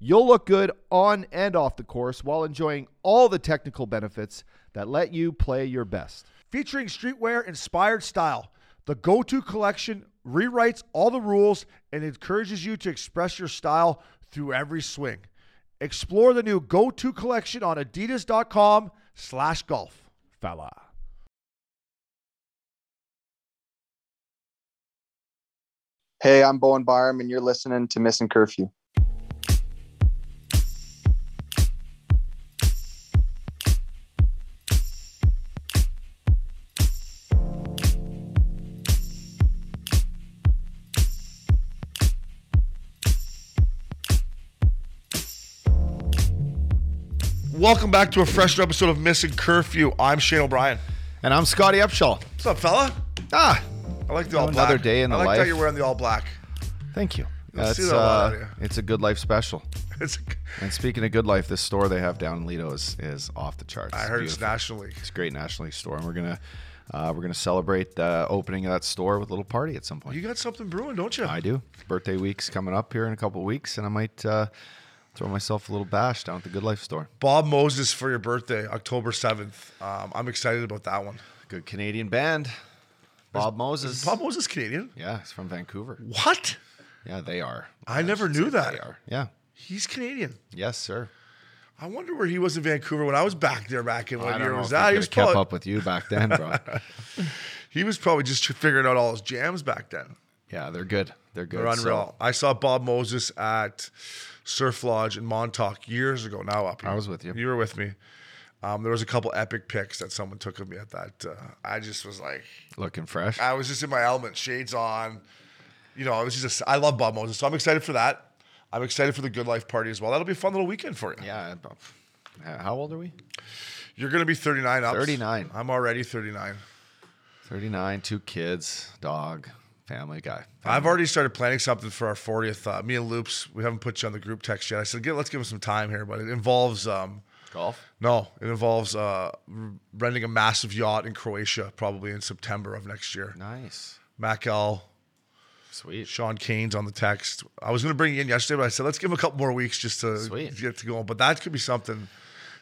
You'll look good on and off the course while enjoying all the technical benefits that let you play your best. Featuring streetwear inspired style, the go to collection rewrites all the rules and encourages you to express your style through every swing. Explore the new go to collection on adidas.com slash golf. Fella. Hey, I'm Bowen Byram, and you're listening to Missing Curfew. Welcome back to a fresh episode of Missing Curfew. I'm Shane O'Brien. And I'm Scotty Upshaw. What's up, fella? Ah, I like the all black. Another day in the I like how life. you're wearing the all black. thank you. Let's That's, see that one out uh, of you. it's a good life special. It's, And speaking of good life, this store they have down in Lido is, is off the charts. I heard it's beautiful. National League. It's a great National League store, and we're gonna uh, we're gonna celebrate the opening of that store with a little party at some point. You got something brewing, don't you? I do. Birthday week's coming up here in a couple weeks, and I might uh, throw myself a little bash down at the Good Life store. Bob Moses for your birthday, October 7th. Um, I'm excited about that one. Good Canadian band, Bob Moses. Bob Moses Canadian? yeah, he's from Vancouver. What? Yeah, they are. I never should knew say that. They are. Yeah. He's Canadian. Yes, sir. I wonder where he was in Vancouver when I was back there back in I what don't year know was if they that? could He was have kept probably up with you back then, bro. he was probably just tr- figuring out all his jams back then. yeah, they're good. They're good. They're So- unreal. I saw Bob Moses at Surf Lodge in Montauk years ago. Now up, here. I was with you. You were with me. Um, there was a couple epic pics that someone took of me at that. Uh, I just was like, looking fresh. I was just in my element, shades on. You know, I was just, a, I love Bob Moses, so I'm excited for that. I'm excited for the Good Life party as well. That'll be a fun little weekend for you. yeah. I- uh, How old are we? You're going to be 39 up. 39. I'm already 39. 39, two kids, dog, family guy. I've already started planning something for our 40th. Uh, me and Loops, we haven't put you on the group text yet. I said, Get, let's give him some time here, but it involves, um, Golf. no, it involves uh, r- renting a massive yacht in Croatia probably in September of next year. Nice. Mackel, Sweet. Sean Kane's on the text. I was going to bring you in yesterday, but I said let's give him a couple more weeks just to Sweet. get to go. But that could be something.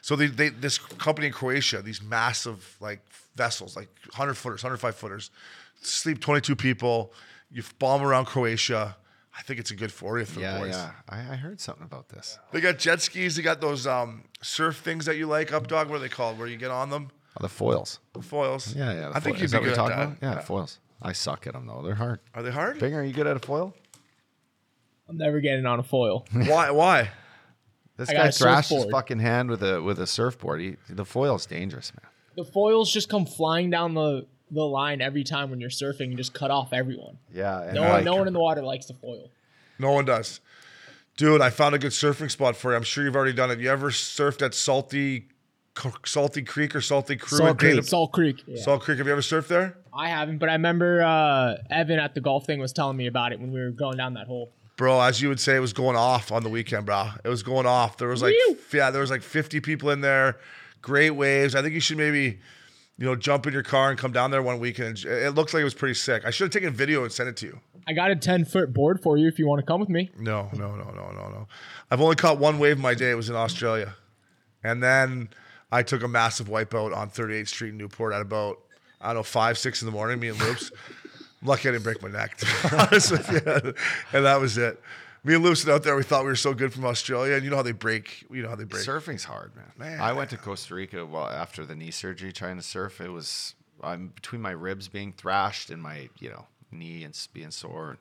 So they, they this company in Croatia, these massive like vessels, like hundred footers, hundred five footers, sleep twenty two people. You bomb around Croatia. I think it's a good fortieth for Yeah, the boys. yeah. I, I heard something about this. They got jet skis. They got those um, surf things that you like, up dog. What are they called? Where you get on them? Oh, the foils. Foils. Yeah, yeah. the I think foil- you'd Is be that what good you're at talking that. about? Yeah, foils. I suck at them though. They're hard. Are they hard? Bing, are you good at a foil? I'm never getting on a foil. Why? Why? This I got guy a thrashed his surfboard. fucking hand with a with a surfboard. He, the foil's dangerous, man. the foils just come flying down the, the line every time when you're surfing and just cut off everyone. Yeah. And No one, no one in the water likes the foil. No one does. Dude, I found a good surfing spot for you. I'm sure you've already done it. You ever surfed at Salty Salty Creek or Salty Crew? in Salt Creek. Dana- Salt Creek. Yeah. Salt Creek. Have you ever surfed there? I haven't, but I remember uh, Evan at the golf thing was telling me about it when we were going down that hole. Bro, as you would say, it was going off on the weekend, bro. It was going off. There was like Whew. f- yeah, there was like 50 people in there. Great waves. I think you should maybe you know, jump in your car and come down there one weekend. It looked like it was pretty sick. I should have taken a video and sent it to you. I got a 10 foot board for you if you want to come with me. No, no, no, no, no, no. I've only caught one wave my day. It was in Australia. And then I took a massive wipeout on 38th Street in Newport at about, I don't know, five, six in the morning, me and Loops. I'm lucky I didn't break my neck, to be honest with you. And that was it. Me and Loops went out there. We thought we were so good from Australia. And you know how they break, you know how they break. Surfing's hard, man. Man. I went to Costa Rica while after the knee surgery trying to surf. It was I'm between my ribs being thrashed and my you know knee and s- being sore and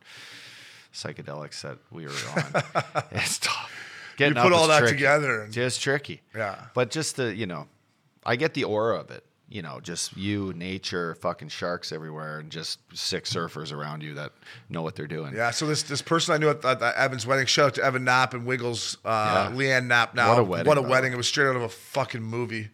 psychedelics that we were on. it's tough. Getting put up all is that tricky. together and- just tricky. Yeah. but just the you know, I get the aura of it. You know, just you, nature, fucking sharks everywhere, and just sick surfers around you that know what they're doing. Yeah, so this this person I knew at, at, Evan's wedding, shout out to Evan Knapp and Wiggles, uh, Yeah. Leanne Knapp now. What a wedding, What a by the wedding. way. It was straight out of a fucking movie.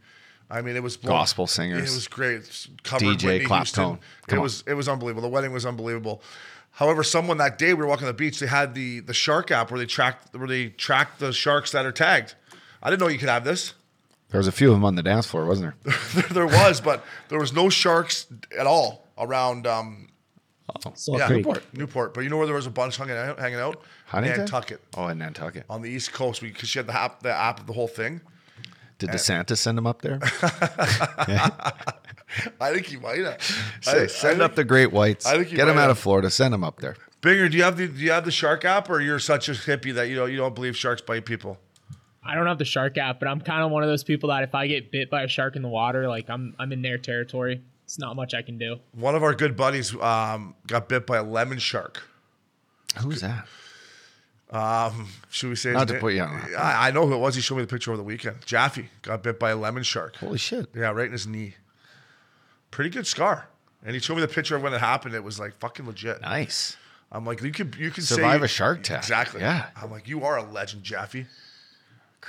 I mean, it was blown- Gospel singers. It was great. It's Covered DJ Whitney Clapton. Houston. Come It on. was it was unbelievable. The wedding was unbelievable. However, someone that day we were walking on the beach. They had the the shark app where they tracked where they tracked the sharks that are tagged. I didn't know you could have this. There was a few of them on the dance floor, wasn't there? there was, but there was no sharks at all around um, Salt yeah, Creek. Newport. Newport. But you know where there was a bunch hanging out? Hanging out? Huntington? Nantucket Oh, in Nantucket. on the East Coast because she had the app, the app of the whole thing. Did DeSantis send them up there? I think he might have. Say, I- send I up the think- great whites. I think you Get them might out have- of Florida. Send them up there. Binger. Do you have the Do you have the shark app, or you're such a hippie that you know you don't believe sharks bite people? I don't have the shark app, but I'm kind of one of those people that if I get bit by a shark in the water, like I'm I'm in their territory. It's not much I can do. One of our good buddies um, got bit by a lemon shark. Who's that? Should we say? his Not to name? put you on the spot. I, I know who it was. He showed me the picture over the weekend. Jaffe got bit by a lemon shark. Holy shit. Yeah, right in his knee. Pretty good scar. And he showed me the picture of when it happened. It was like fucking legit. Nice. I'm like, you could you can Survive say, a shark attack. Exactly. Yeah. I'm like, you are a legend, Jaffe.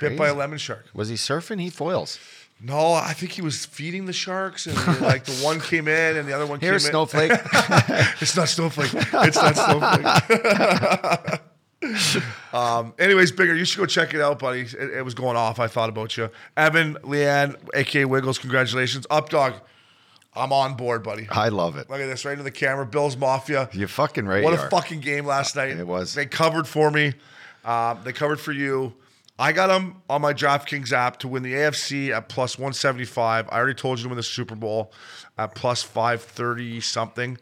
Bit by a Crazy. lemon shark. Was he surfing? He foils. No, I think he was feeding the sharks, and like the one came in, and the other one Here, came Snowflake. in. It's not snowflake. It's not snowflake. um. Anyways, bigger. You should go check it out, buddy. It, it was going off. I thought about you, Evan, Leanne, aka Wiggles. Congratulations, Updog. I'm on board, buddy. I love it. Look at this right into the camera. Bills Mafia. You fucking right. What you a are. fucking game last night. It was. They covered for me. Um, they covered for you. I got them on my DraftKings app to win the AFC at plus 175. I already told you to win the Super Bowl at plus 530 something.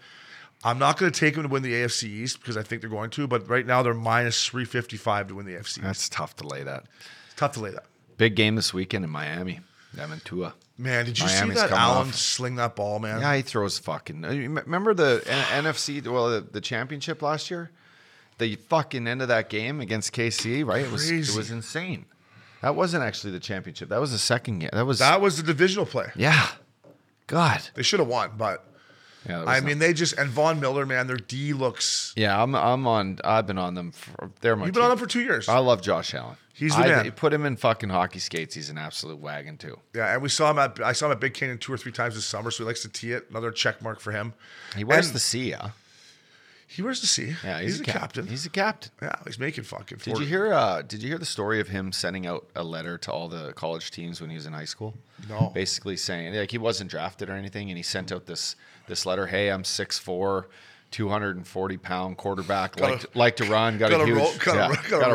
I'm not going to take them to win the AFC East because I think they're going to, but right now they're minus 355 to win the AFC. That's tough to lay that. It's tough to lay that. Big game this weekend in Miami. Devin Tua. Man, did you Miami's see that coming Allen off. sling that ball, man? Yeah, he throws fucking. uh, you m- Remember the N- NFC, well, the, the championship last year? The fucking end of that game against KC, right? It was Crazy. it was insane. That wasn't actually the championship. That was the second game. That was That was the divisional play. yeah. God. They should have won, but Yeah, that was I not- mean, they just, and Von Miller, man, their D looks. yeah, I'm I'm on. I've been on them. For, they're my. You've been on team. them for two years. I love Josh Allen. He's the I, man. you Put him in fucking hockey skates. He's an absolute wagon too. Yeah, and we saw him at I saw him at Big Canyon two or three times this summer, so he likes to tee it. Another check mark for him. He wears And- the C. Yeah, He wears the C. yeah he's, a cap- captain. He's a captain. yeah, he's making fucking. 40. Did you hear? Uh, did you hear the story of him sending out a letter to all the college teams when he was in high school? No. Basically saying like he wasn't drafted or anything, and he sent out this this letter. Hey, I'm 6'4", 240 pound quarterback. like to, like to run. Got, got a a huge. rope- got a yeah, ro- got a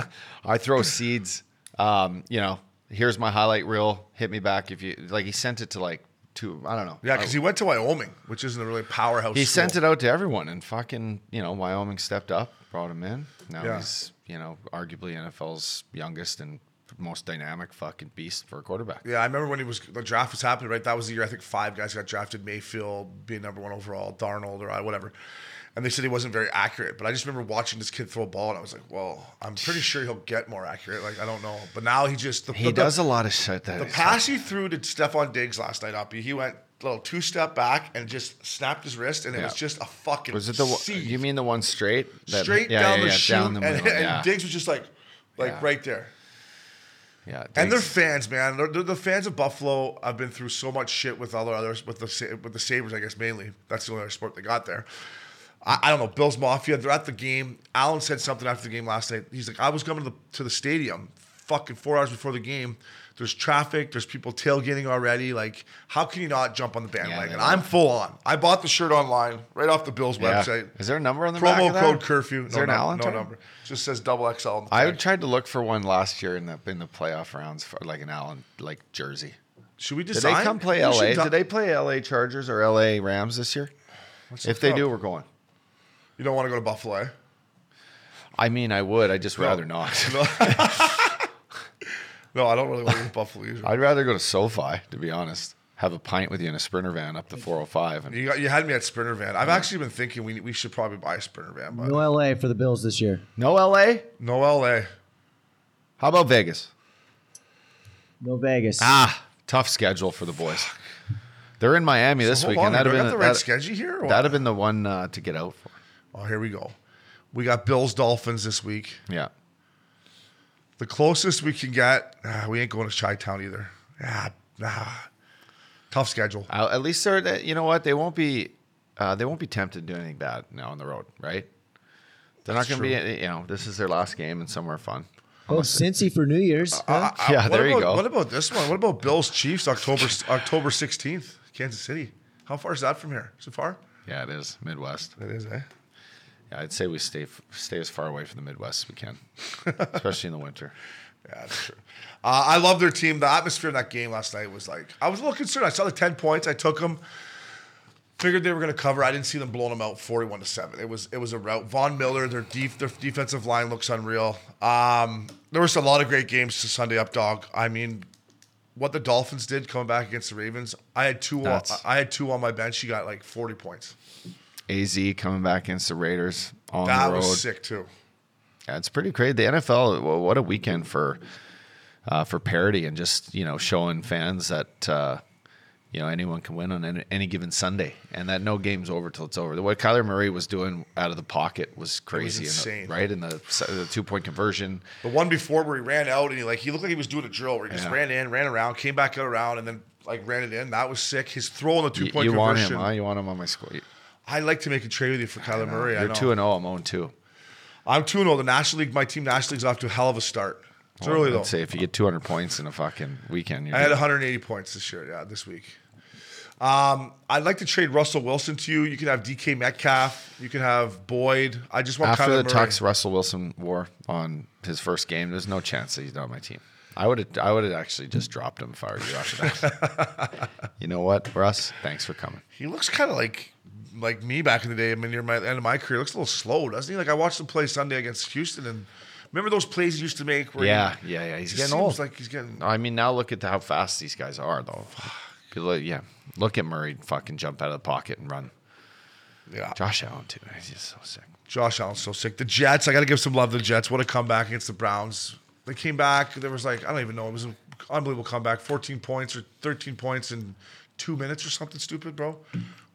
rope. I throw seeds. Um, you know, here's my highlight reel. Hit me back if you like. He sent it to like two. I don't know. Yeah, because he went to Wyoming, which isn't a really powerhouse. He sent it out to everyone, and fucking, you know, Wyoming stepped up, brought him in. Now Yeah. he's, you know, arguably NFL's youngest and most dynamic fucking beast for a quarterback. Yeah, I remember when he was the draft was happening. Right, that was the year I think five guys got drafted. Mayfield being number one overall, Darnold or I- whatever. And they said he wasn't very accurate, but I just remember watching this kid throw a ball, and I was like, "Well, I'm pretty sure he'll get more accurate." Like I don't know, but now he just the, He the- does a lot of shit that The is- pass he threw to Stephon Diggs last night, up he went a little two step back and just snapped his wrist, and it Yeah. was just a fucking. was it the one, seed. you mean the one straight That- straight yeah, down yeah, the yeah, chute, down the and, middle, and yeah, Diggs was just like, like Yeah. right there. yeah, And they're Diggs. fans, man. They're, they're the fans of Buffalo. I've been through so much shit with other others, with the Sa- with the Sabers, I guess mainly. That's the only other sport they got there. I, I don't know. Bills Mafia. They're at the game. Allen said something after the game last night. He's like, I was coming to the to the stadium, fucking four hours before the game. There's traffic. There's people tailgating already. Like, how can you not jump on the bandwagon? they I'm are. full on. I bought the shirt online right off the Bills Yeah. website. Is there a number on the back Promo of that? code curfew. Is no, there an num- Allen no tag? number. just says double XL. on the I tag. tried to look for one last year in the in the playoff rounds for like an Allen like jersey. Should we Did design? they come we play should LA? di- Did they play LA Chargers or LA Rams this year? Let's If look they up. do, we're going. You don't want to go to Buffalo. eh? I mean, I would. I'd just rather not. No, I don't really want to go to Buffalo either. I'd rather go to SoFi, to be honest. Have a pint with you in a sprinter van up the 405. And You, got, you had me at Sprinter van. I've actually been thinking we we should probably buy a Sprinter van, but No LA for the Bills this year. no LA? no LA. How about Vegas? No Vegas. Ah, tough schedule for the boys. They're in Miami this Hold week, and on, that'd do I got have been the the right schedule here. or what? that'd have been the one uh, to get out for. oh, here we go. We got Bills Dolphins this week. Yeah, The closest we can get, ah, we ain't going to Chi Town either. Ah, ah. Tough schedule. Uh, at least they're that you know what they won't be uh, they won't be tempted to do anything bad now on the road, right? They're That's not going to be you know this is their last game and somewhere fun. Oh, Cincy for New Year's. huh? I- I- Yeah, Uh, what there you about- go. What about this one? What about Bills Chiefs October October sixteenth, Kansas City? How far is that from here? So far? Yeah, it is Midwest. It is, eh? Yeah, I'd say we stay f- stay as far away from the Midwest as we can, especially in the winter. Yeah, that's true. Uh, I love their team. The atmosphere in that game last night was like I was a little concerned. I saw the ten points. I took them. Figured they were going to cover. I didn't see them blowing them out forty-one to seven. It was it was a rout. Von Miller, their def, their defensive line looks unreal. Um, there was a lot of great games to Sunday up dog. I mean, what the Dolphins did coming back against the Ravens. I had two. On, Nuts. I had two on my bench. She got like forty points. AZ coming back against the Raiders on That the road. was sick too. Yeah, it's pretty crazy. The NFL, wh- what a weekend for uh, for parity and just you know showing fans that uh, you know anyone can win on any, any given Sunday, and that no game's over till it's over. What Kyler Murray was doing out of the pocket was crazy, in the- insane. right? In the, se- the two point conversion, The one before where he ran out and he like he looked like he was doing a drill where he just Yeah. ran in, ran around, came back out around, and then like ran it in. That was sick. His throw on the you, two you point want conversion. him? Huh? You want him on my squad? I'd like to make a trade with you for Kyler Murray. I You're know. two and zero. I'm on two. I'm two and zero. The National League, my team National League's off to a hell of a start. It's early though. Oh, I'd say if you get 200 points in a fucking weekend, you're I had good. 180 points this year. Yeah, this week. Um, I'd like to trade Russell Wilson to you. You can have DK Metcalf. You can have Boyd. I just want after Kyler the Murray. Tux Russell Wilson war on his first game, there's no chance that he's not on my team. I would have I would have actually just dropped him if I were you after that. you know what, Russ? Thanks for coming. He looks kind of like like me back in the day. I mean, near my end of my career, looks a little slow, doesn't he? Like I watched him play Sunday against Houston, and remember those plays he used to make? Where Yeah, he, yeah, yeah. He's he getting seems old. Like he's getting. I mean, now look at how fast these guys are, though. You look- yeah, look at Murray fucking jump out of the pocket and run. Yeah, Josh Allen too. He's just so sick. Josh Allen's so sick. The Jets, I got to give some love to the Jets. What a comeback against the Browns. They came back. There was like I don't even know. It was an unbelievable comeback. 14 points or 13 points in two minutes or something stupid, bro,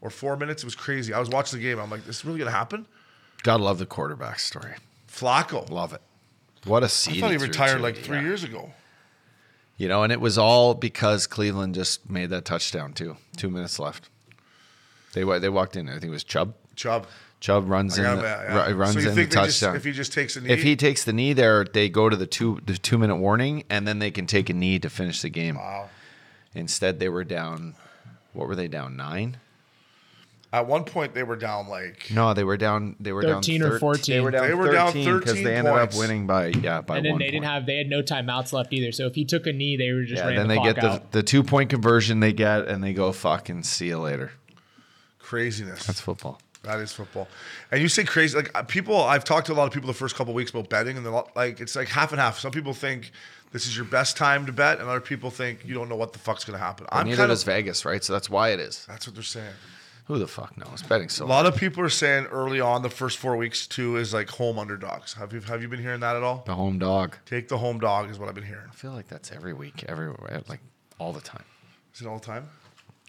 or four minutes. It was crazy. I was watching the game. I'm like, this is really gonna happen. Gotta love the quarterback story. Flacco. Love it. What a I seed. thought he threw, retired too. like three Yeah. years ago. You know, and it was all because Cleveland just made that touchdown too. Two minutes left. They wa- they walked in. I think it was Chubb. Chubb. Chubb runs in. Yeah, the, yeah, yeah. ru- runs so you in think the they just- touchdown. if he just takes a knee, if he takes the knee there, they go to the two the two minute warning, and then they can take a knee to finish the game. wow. Instead, they were down. What were they down nine? At one point, they were down like No, they were down. They were Thirteen down or thir- 14. They were down. They were down because 13 they ended up points. winning by yeah by and then one they didn't point. have they had no timeouts left either. So if he took a knee, they were just Yeah, ran then the they clock get the, out. the two point conversion they get, and they go fucking see you later. craziness. That's football. That is football. And you say crazy, like uh, people, I've talked to a lot of people the first couple weeks about betting, and they're lo- like, it's like half and half. Some people think this is your best time to bet, and other people think you don't know what the fuck's going to happen. I'm Neither kind does of, Vegas, right? So that's why it is. that's what they're saying. Who the fuck knows? Betting so A lot of people are saying early on, the first four weeks too is like home underdogs. Have you have you been hearing that at all? the home dog. Take the home dog is what I've been hearing. I feel like that's every week, everywhere, like all the time. Is it all the time?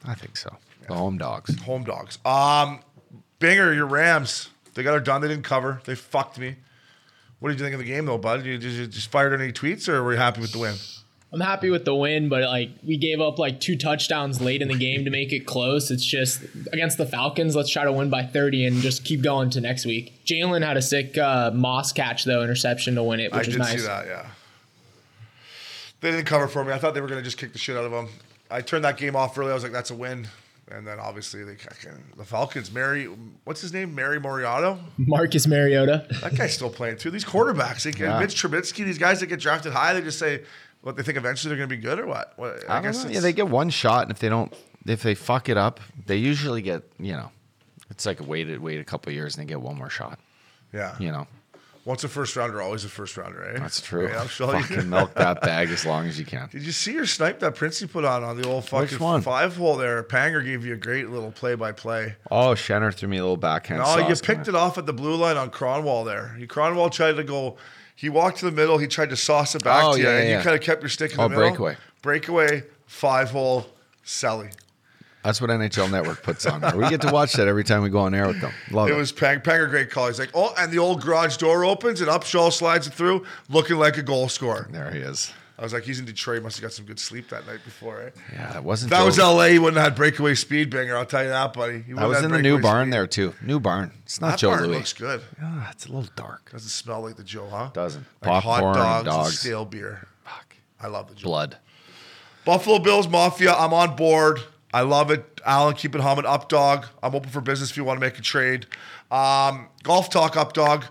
I think so. The home dogs. Home dogs. Um, Binger, your Rams. They got her done. They didn't cover. They fucked me. What did you think of the game though, bud? You, did you just fired any tweets, or were you happy with the win? I'm happy with the win, but like we gave up like two touchdowns late in the game to make it close. It's just against the Falcons. Let's try to win by 30 and just keep going to next week. Jalen had a sick uh, Moss catch though, interception to win it, which I was did nice. see that. Yeah, they didn't cover for me. I thought they were going to just kick the shit out of them. I turned that game off early. I was like, "That's a win." And then obviously they fucking- the Falcons. Mary, what's his name? Mary Moriato. Marcus Mariota. That guy's still playing too. These quarterbacks, they, get Yeah. Mitch Trubisky, these guys that get drafted high, they just say what they think eventually they're going to be good or what. What- I, don't know. it's- Yeah, they get one shot, and if they don't, if they fuck it up, they usually get you know, it's like waited wait a couple of years and they get one more shot. yeah. You know, Once a first rounder, always a first rounder, eh? that's true. Yeah, I'll show you. fucking milk that bag as long as you can. Did you see your snipe that Princey put on on the old fucking one? five hole there? Panger gave you a great little play by play. Oh, Shenner threw me a little backhand. No, Oh, you picked it off at the blue line on Cronwall there. He, Cronwall tried to go. He walked to the middle. He tried to sauce it back Oh, to you, yeah, and yeah. you kind of kept your stick in Oh, the middle. breakaway. Breakaway, five hole, Sally. That's what NHL Network puts on. there. We get to watch that every time we go on air with them. Love it. It was Pang, Panger, great call. He's like, oh, and the old garage door opens, and Upshaw slides it through, looking like a goal scorer. there he is. I was like, he's in Detroit. Must have got some good sleep that night before. Eh? Yeah, that wasn't. If that was Joe- LA, he wouldn't have had breakaway speed banger. I'll tell you that, buddy. He That wouldn't was have in the breakaway new barn speed. there too. New barn. It's not That Joe barn Louis. looks good. Ah, it's a little dark. Doesn't smell like the Joe, huh? Doesn't. Like hot Popcorn, dogs, and dogs. stale beer. Fuck. I love the Joe. Blood. Buffalo Bills Mafia, I'm on board. I love it. Alan, keep it humming. Up dog. I'm open for business if you want to make a trade. Um, golf talk, up dog.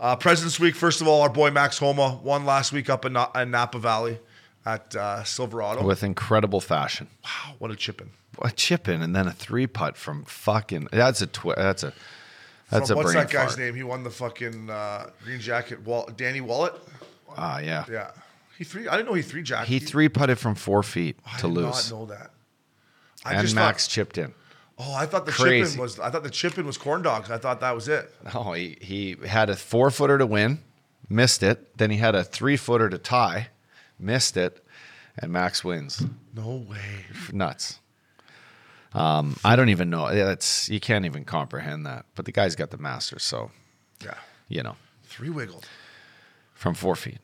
Uh, President's Week, first of all, our boy Max Homa won last week up in, Na- in Napa Valley at uh, Silverado. With incredible fashion. Wow, what a chipping. A chip in and then a three putt from fucking. That's a twi- That's a. That's From, a what's brain that guy's fart. name? He won the fucking uh, green jacket. Wall- Danny Wallet? Ah, yeah. Yeah. He three. I didn't know he three jacket. He three putted from four feet I to did lose, not know that. I and just Max Thought, chipped in. oh, I thought the Crazy. chipping was. I thought the chipping was corn dogs. I thought that was it. No, Oh, he, he had a four footer to win, missed it. Then he had a three footer to tie, missed it, and Max wins. No way. Nuts. Um, I don't even know. Yeah, That's you can't even comprehend that. But the guy's got the masters, so Yeah. you know Three wiggled. from four feet.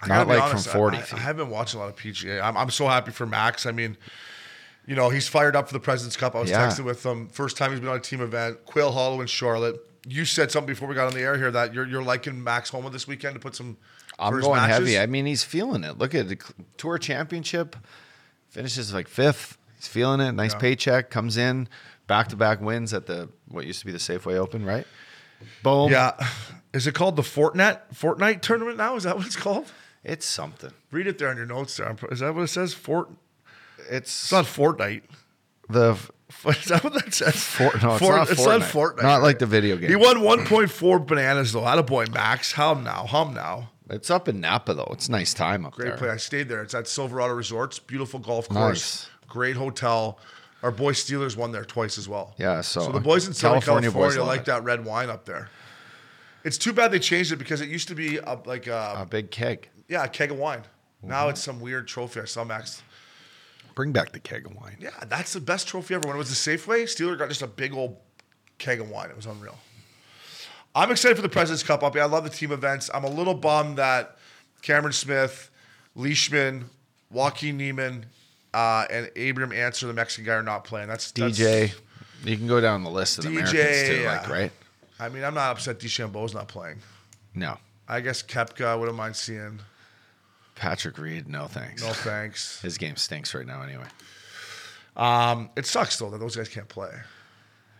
I Not gotta be like from 40 I, I, feet. I have been watching a lot of PGA. I'm, I'm so happy for Max. I mean, you know, he's fired up for the President's Cup. I was Yeah. texting with him. First time he's been on a team event. Quail Hollow in Charlotte. You said something before we got on the air here that you're, you're liking Max Homa this weekend to put some. I'm first going matches. heavy. I mean, he's feeling it. Look at the cl- tour championship. Finishes like fifth. He's feeling it. Nice paycheck comes in. Back to back wins at the what used to be the Safeway Open, right? Boom. yeah. Is it called the Fortnite Fortnite tournament now? Is that what it's called? It's something. Read it there on your notes. There, I'm pr- is that what it says? Fort. It's It's not Fortnite. the Is that what that says? Fort, no, it's Fort- not Fortnite. Not, like the video game. He won 1.4 bananas though. Had a boy Max. Hum now. Hum now. It's up in Napa though. It's nice time up Great there. play. I stayed there. It's at Silverado Resorts. Beautiful golf course. Nice. Great hotel. Our boy Steelers won there twice as well. Yeah, so- the boys in Southern California, California boys love like it. that red wine up there. It's too bad they changed it because it used to be a, like a, A Mhm. big keg. yeah a keg of wine. Now it's some weird trophy. I saw Max. Bring back the keg of wine. Yeah, that's the best trophy ever. When it was the Safeway, Steeler got just a big old keg of wine. It was unreal. I'm excited for the President's Cup up. I love the team events. I'm a little bummed that Cameron Smith, Leishman, Joaquin Neiman, uh, and Abram Answer, the Mexican guy, are not playing. That's that's- DJ. You can go down the list of the Americans too, DJ, like yeah. right? I mean, I'm not upset DeChambeau's not playing. No. I guess Kepka, I wouldn't mind seeing. Patrick Reed, no thanks. No thanks. His game stinks right now anyway. Um, it sucks though that those guys can't play.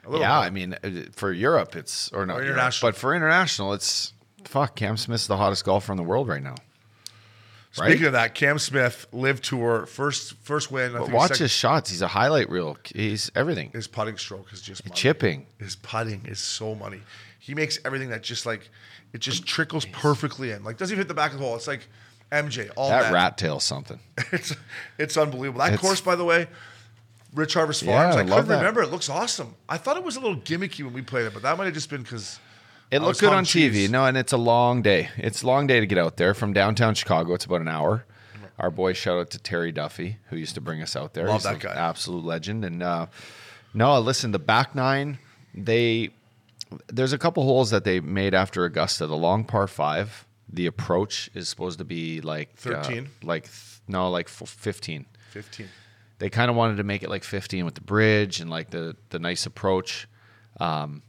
A little Yeah, bit. I mean, uh, for Europe, it's or not Or Europe, international. but for international, it's fuck. Cam Smith's the hottest golfer in the world right now. Right? Speaking of that, Cam Smith, live tour, first first win. I But his watch second- his shots. He's a highlight reel. He's everything. his putting stroke is just money. Chipping. His putting is so money. He makes everything that just like it just trickles perfectly in. Like doesn't even hit the back of the hole. It's like MJ all That that. rat tail something. It's it's unbelievable. That It's- course, by the way, Rich Harvest Yeah, Farms. I I, love couldn't that. remember. It looks awesome. I thought it was a little gimmicky when we played it, but that might have just been because I It looked was good hung on TV. cheese. No, and it's a long day. It's a long day to get out there from downtown Chicago. It's about an hour. Our boy, shout out to Terry Duffy, who used to bring us out there. Love He's that an guy. absolute legend. And uh, no, listen, the back nine, they there's a couple holes that they made after Augusta. The long par five, the approach is supposed to be like uh, 13? like th- no, like f- fifteen 15. they kind of wanted to make it like 15 with the bridge and like the the nice approach um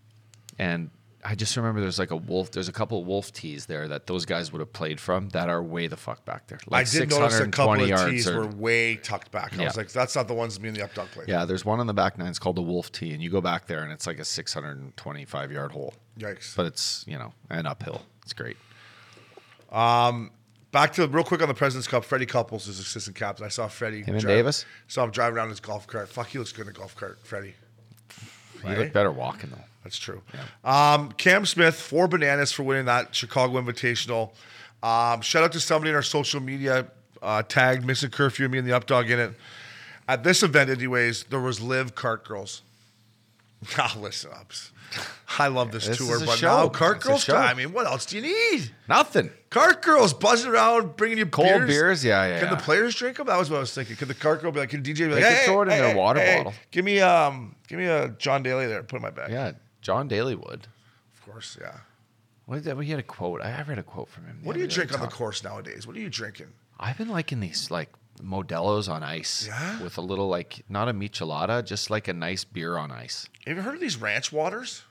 and i just remember there's like a wolf there's a couple of wolf tees there that those guys would have played from that are way the fuck back there like I did notice a couple 620 of yards tees or- were way tucked back. I Yeah. was like, that's not the ones me and the updog played. yeah there's one on the back nine it's called the wolf tee and you go back there and it's like a 625 yard hole Yikes. but it's you know an uphill it's great Back to real quick on the President's Cup. Freddie Couples is assistant captain. I saw Freddie. Him and Davis? So I'm driving around in his golf cart. Fuck, he looks good in a golf cart, Freddie. you look better walking though That's true. Um, Cam Smith, four bananas for winning that Chicago Invitational. Um, shout out to somebody in our social media uh, tagged Missing Curfew, me and the Updog in it. At this event, anyways, there was live cart girls. Ah, listen ups. I love this, This tour, is a but show. now cart It's a girls show. time. I mean, what else do you need? nothing Cart girls buzzing around, bringing you Cold beers? Yeah, yeah, Can yeah. the players drink them? That was what I was thinking. Could the cart girl be like? Can DJ be like? could hey, throw it in hey, their hey, water hey, bottle." Give me um, give me a John Daly there. Put it in my bag. yeah john daly would of course. Yeah. what did that, he had a quote I, I read a quote from him the What do other you day. drink on the Talk- course nowadays? What are you drinking? I've been liking these like Modelo's on ice Yeah? with a little like not a michelada, just like a nice beer on ice. Have you heard of these ranch waters?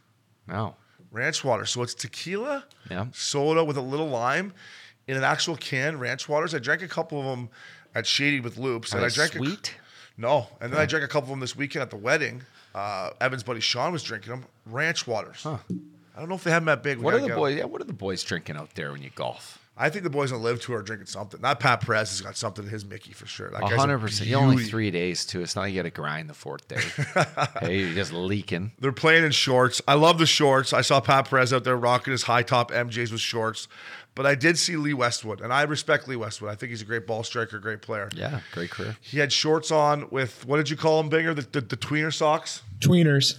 No, Ranch water. So it's tequila, Yeah. soda with a little lime in an actual can. Ranch waters. I drank a couple of them at Shady with Loops, Are and I they drank a- sweet. Oh. No, and then I drank a couple of them this weekend at the wedding. Uh, Evan's buddy Sean was drinking them. Ranch waters. I don't know if they have them that big. We what are gotta the get 'em. boys? Yeah, what are the boys drinking out there when you golf? I think the boys on Live Tour are drinking something. That Pat Perez has got something in his Mickey for sure. That A guy's a hundred percent. You only beauty. three days too. It's not like you got to grind the fourth day. hey, you're just leaking. They're playing in shorts. I love the shorts. I saw Pat Perez out there rocking his high top MJs with shorts. But I did see Lee Westwood, and I respect Lee Westwood. I think he's a great ball striker, great player. Yeah, great career. He had shorts on with what did you call them, Binger? The, the, the tweener socks. Tweeners.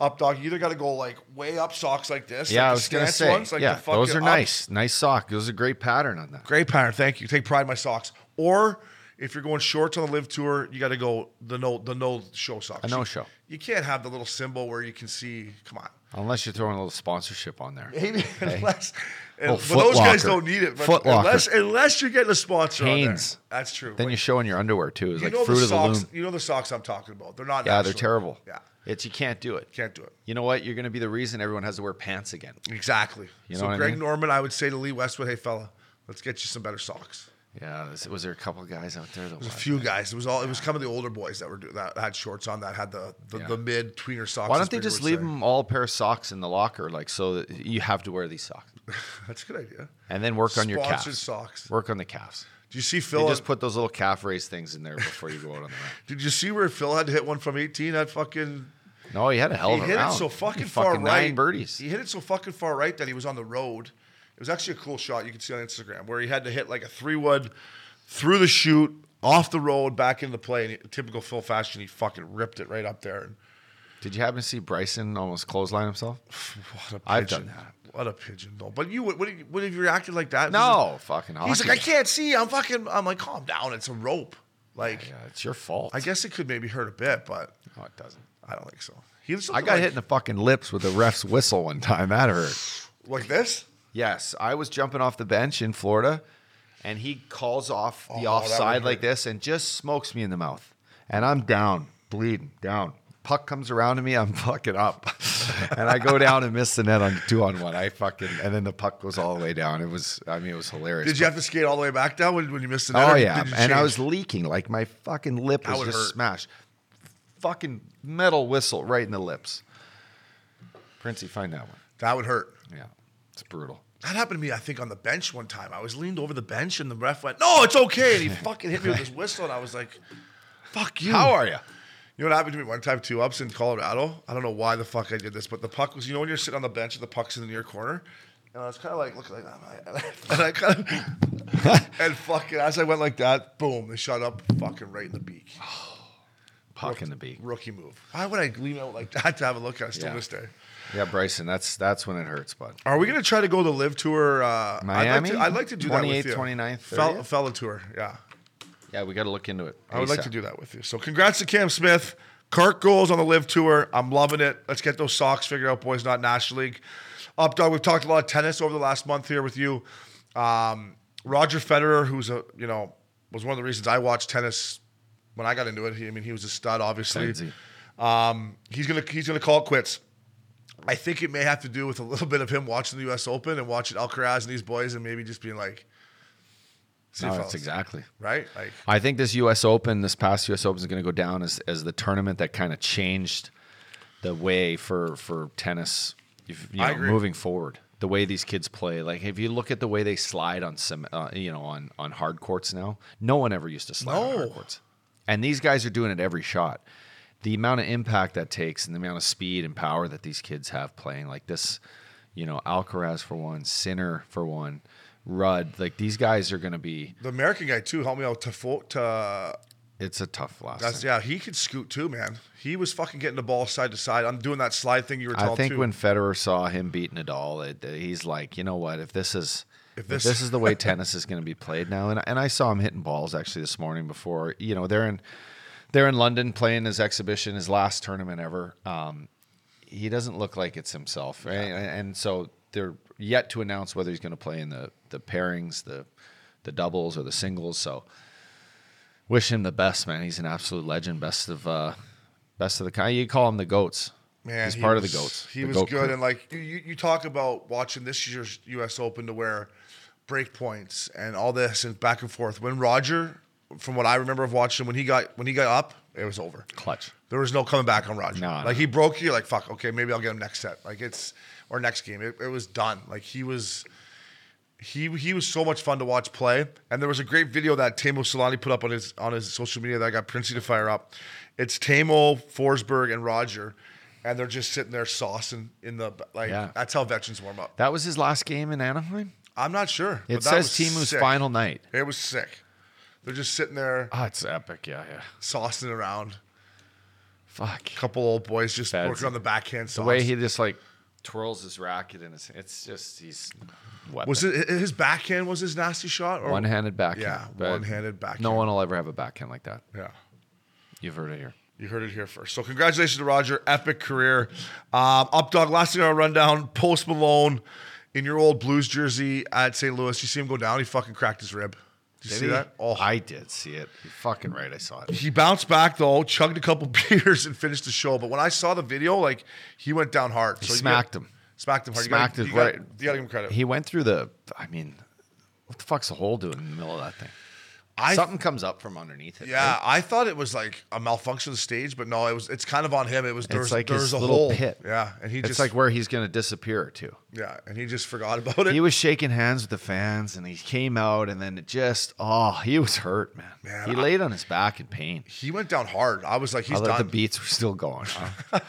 Up dog. You either got to go like way up socks like this. Yeah, like I the was gonna stance say. ones, like yeah, the fucking those are up- nice. Nice sock. Those are great pattern on that. Great pattern. Thank you. Take pride in my socks. Or if you're going shorts on the live tour, you got to go the no the no show socks. A no You- show. You can't have the little symbol where you can see. Come on. Unless you're throwing a little sponsorship on there. Maybe unless and- Oh, but Foot those guys Locker. don't need it. But Foot Locker. unless unless you're getting a sponsor Hanes. on there. That's true. Then Like, you're showing your underwear too. It's you like know fruit the of the socks. loom. You know the socks I'm talking about. They're not Yeah, they're natural. terrible. Yeah. It's you can't do it. Can't do it. You know what? You're going to be the reason everyone has to wear pants again. Exactly. You know so what I Greg mean? Norman, I would say to Lee Westwood, hey fella, let's get you some better socks. Yeah. this- was there a couple guys out there that There's a was? few guys. It was all. It was kind of the older boys that were do- that had shorts on that had the the, Yeah. the mid tweener socks. Why as don't they Bigger just would leave say. them all a pair of socks in the locker, like so that you have to wear these socks, That's a good idea. and then work on your Sponsored calves. socks. Work on the calves. Did you see They Phil? just put those little calf raise things in there before you go out on the round. did you see where Phil had to hit one from 18? That fucking No, he had a hell he of a hit round. it so fucking He far fucking right. Nine birdies. He hit it so fucking far right that he was on the road. It was actually a cool shot you can see on Instagram where he had to hit like a three wood through the chute off the road back into play. And he, typical Phil fashion, he fucking ripped it right up there. And Did you happen to see Bryson almost clothesline himself? what a pigeon! I've done that. What a pigeon, though. But you would, would, you- would have you reacted like that? No, fucking. He's hockey. like, I can't see. I'm fucking. I'm like, calm down. It's a rope. Like, Yeah, it's your fault. I guess it could maybe hurt a bit, but No, it doesn't. I don't think so. He was I got hit in the fucking lips with a ref's whistle one time. That hurt. like this. Yes, I was jumping off the bench in Florida, and he calls off the Oh, that offside would like hurt. this and just smokes me in the mouth. And I'm down, bleeding, down. Puck comes around to me, I'm fucking up. and I go down and miss the net on two on one. I fucking, and then the puck goes all the way down. It was, I mean, it was hilarious. Did you have to skate all the way back down when, when you missed the net? Oh or did yeah, you and I change? was leaking. Like my fucking lip was would just hurt. smashed. Fucking metal whistle right in the lips. Princey, find that one. That would hurt. Yeah, it's brutal. That happened to me, I think, on the bench one time. I was leaned over the bench and the ref went, No, it's okay. And he fucking hit me with his whistle. And I was like, Fuck you. How are you? You know what happened to me one time, too, ups in Colorado? I don't know why the fuck I did this, but the puck was, you know, when you're sitting on the bench and the puck's in the near corner? And I was kind of like looking like that. And I kind of, and fucking, as I went like that, boom, they shot up fucking right in the beak. Puck in the beak. Rookie move. Why would I lean out like that to have a look at it still Yeah. this day? Yeah, Bryson, that's that's when it hurts, bud. Are we gonna try to go the live tour? Uh, Miami? I'd like to, I'd like to do that with 28th, you. 29th, Fel- 30th? fellow tour. Yeah, Yeah, we got to look into it. I would like to do that with you. So congrats to Cam Smith. Kirk goals on the live tour. I'm loving it. Let's get those socks figured out, boys. Not National League. Up dog. We've talked a lot of tennis over the last month here with you. Um, Roger Federer, who's a you know was one of the reasons I watched tennis when I got into it. He, I mean, he was a stud, obviously. Lindsay. Um, he's gonna he's gonna call it quits. I think it may have to do with a little bit of him watching the U.S. Open and watching Alcaraz and these boys, and maybe just being like, "See, No, fellas," that's exactly. right." Like, I think this U.S. Open, this past U.S. Open, is going to go down as, as the tournament that kind of changed the way for for tennis. if- You I know, agree. moving forward, the way these kids play, like if you look at the way they slide on some, uh, you know, on on hard courts now, no one ever used to slide on No. hard courts, and these guys are doing it every shot. The amount of impact that takes, and the amount of speed and power that these kids have playing like this, you know, Alcaraz for one, Sinner for one, Rudd, like these guys are going to be. the American guy too. Help me out. Tafo, ta, It's a tough loss. that's yeah. He could scoot too, man. He was fucking getting the ball side to side. I'm doing that slide thing you were telling. I think too. when Federer saw him beat Nadal, it, uh, he's like, you know what? If this is If if this- this, is the way tennis is going to be played now, and and I saw him hitting balls actually this morning before you know they're in they're in London playing his exhibition, his last tournament ever. Um, he doesn't look like it's himself, right? And so they're yet to announce whether he's going to play in the the pairings, the the doubles or the singles. So wish him the best, man. He's an absolute legend. Best of uh, best of the kind. You call him the goats. Man, he's he part was- of the goats. He the was goat good, crew. and like you, you you talk about watching this year's U.S. Open to where break points and all this and back and forth. When Roger, from what I remember of watching, when he got when he got up, it was over. clutch. There was no coming back on Roger. No, no. like he broke you. Like fuck. Okay, maybe I'll get him next set. Like it's or next game. It, it was done. Like he was. He, he was so much fun to watch play, and there was a great video that Tamo Solani put up on his on his social media that I got Princey to fire up. It's Tamo Forsberg and Roger, and they're just sitting there saucing in the like. Yeah. That's how veterans warm up. That was his last game in Anaheim. I'm not sure. It but that says was Timu's sick. final night. It was sick. They're just sitting there Oh, it's epic. Yeah, yeah. saucing around. Fuck. A couple old boys just That's- working on the backhand. The way he just like twirls his racket and it's, it's just he's weapon. Was it his backhand? Was his nasty shot? Or one-handed backhand? Yeah, but one-handed backhand. No one will ever have a backhand like that. Yeah, You've heard it here. you heard it here first. So congratulations to Roger, epic career. Um, Updog, last thing on our rundown. Post Malone in your old Blues jersey at St. Louis. You see him go down. He fucking cracked his rib. Did you see that? Oh, I did see it. You're fucking right. I saw it. He bounced back though, chugged a couple beers, and finished the show. But when I saw the video, like he went down hard. He So you smacked got- him. Smacked him hard. Smacked you his gotta, right. You gotta, you gotta give him credit. He went through the. I mean, what the fuck's the hole doing in the middle of that thing? I Something comes up from underneath it. Yeah, right? I thought it was like a malfunction of the stage, but no, it was. It's kind of on him. It was there's it's like there's his a little hole. pit. Yeah, and he it's just like where he's gonna disappear to. yeah, and he just forgot about it. He was shaking hands with the fans, and he came out, and then it just oh, he was hurt, man. Man, he I- laid on his back in pain. he went down hard. I was like, he's I thought done. the beats were still going.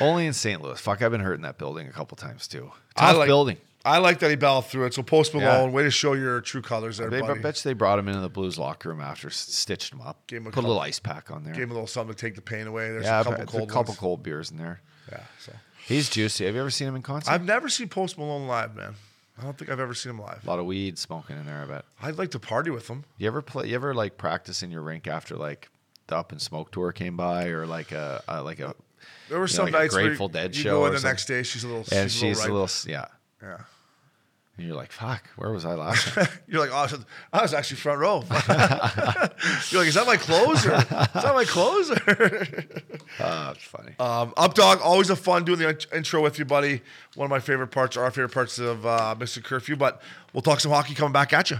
Only in St. Louis. Fuck, I've been hurt in that building a couple times too. I Tough like- building. I like that he battled through it. So Post Malone, Yeah. way to show your true colors there, They, I buddy. bet you they brought him into the Blues locker room after, s- stitched him up, Gave him a put a couple- little ice pack on there. Gave him a little something to take the pain away. There's yeah, a I couple bet- cold a couple ones. cold beers in there. Yeah, so He's juicy. Have you ever seen him in concert? I've never seen Post Malone live, man. I don't think I've ever seen him live. a lot of weed smoking in there. I bet. I'd like to party with him. You ever play? You ever like practice in your rink after like the Up and Smoke tour came by, or like a, a like a There were you know, some like a nights where Grateful Dead you show go or in the something. next day, she's a little, and she's, she's a ripe. little s- yeah. yeah. And you're like, fuck, where was I last? night? You're like, oh, I was actually front row. You're like, is that my clothes? Or, is that my clothes? Or? Ah, it's funny. Um, Updog, always a fun doing the int- intro with you, buddy. One of my favorite parts, our favorite parts of uh, Mr. Curfew. But we'll talk some hockey coming back at you.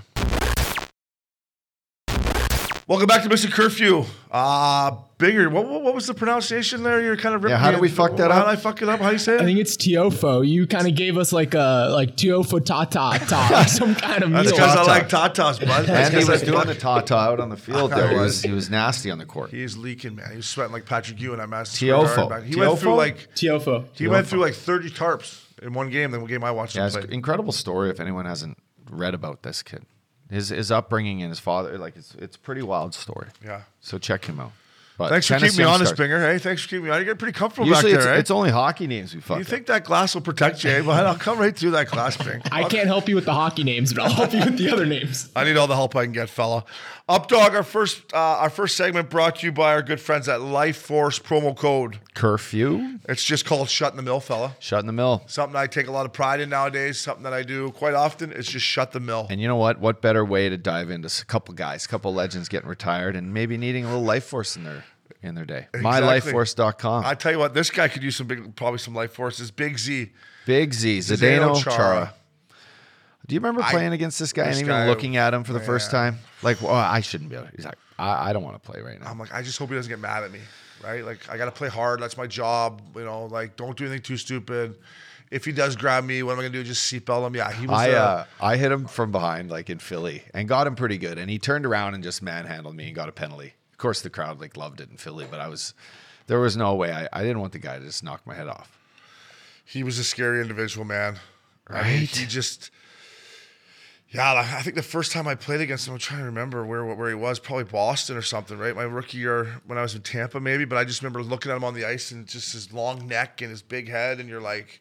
Welcome back to Mr. Curfew. Uh, bigger. What, what, what was the pronunciation there? You're kind of ripping how me did we in- fuck that How up? did I fuck it up? How do you say it? I think it's Tiofo. You kind of gave us like a like Tiofo ta ta ta, some kind of That's meal. because I Tata. like tatas, bud. That's And he 'cause I was doing fuck- the tata out on the field there. He was. was, he was nasty on the court. He is leaking, man. He was sweating like Patrick Ewing. I'm asking. Tiofo. He went through Tiofo? like Tiofo. he went through like 30 tarps in one game. Then one game I watched Yeah, him it's play. an incredible story if anyone hasn't read about this kid. His his upbringing and his father, like it's it's a pretty wild story. Yeah. So check him out. But Thanks for Dennis keeping me Young honest, started. Binger. Hey, thanks for keeping me honest. You're getting pretty comfortable Usually back it's, there, right? it's only hockey names we fuck. you up. think that glass will protect you, eh? But I'll come right through that glass, Bing. I can't help you with the hockey names, but I'll help you with the other names. I need all the help I can get, fella. Updog, our first uh, our first segment brought to you by our good friends at Life Force promo code. curfew? It's just called Shut in the Mill, fella. Shut in the mill. Something I take a lot of pride in nowadays, something that I do quite often. It's just shut the mill. And you know what? What better way to dive into s- a couple guys, a couple legends getting retired and maybe needing a little life force in their in their day. MyLifeForce.com. I tell you what, this guy could use some big, probably some life forces. Big Z, Big Z, Zdeno Zdeno Chara. Do you remember I- playing against this guy this and even guy- looking at him for the first man. time? Like, well, I shouldn't be. Able to. He's like, I, I don't want to play right now. I'm like, I just hope he doesn't get mad at me, right? Like, I got to play hard. That's my job. You know, like, don't do anything too stupid. If he does grab me, what am I going to do? Just seatbelt him? Yeah, he was. I uh, uh, I hit him from behind, like in Philly, and got him pretty good. And he turned around and just manhandled me and got a penalty. Of course, the crowd like loved it in Philly, but I was there was no way. I, I didn't want the guy to just knock my head off. he was a scary individual, man. I mean, Right? he just. Yeah, like, I think the first time I played against him, I'm trying to remember where where he was, probably Boston or something, right? My rookie year when I was in Tampa, maybe. But I just remember looking at him on the ice and just his long neck and his big head, and you're like,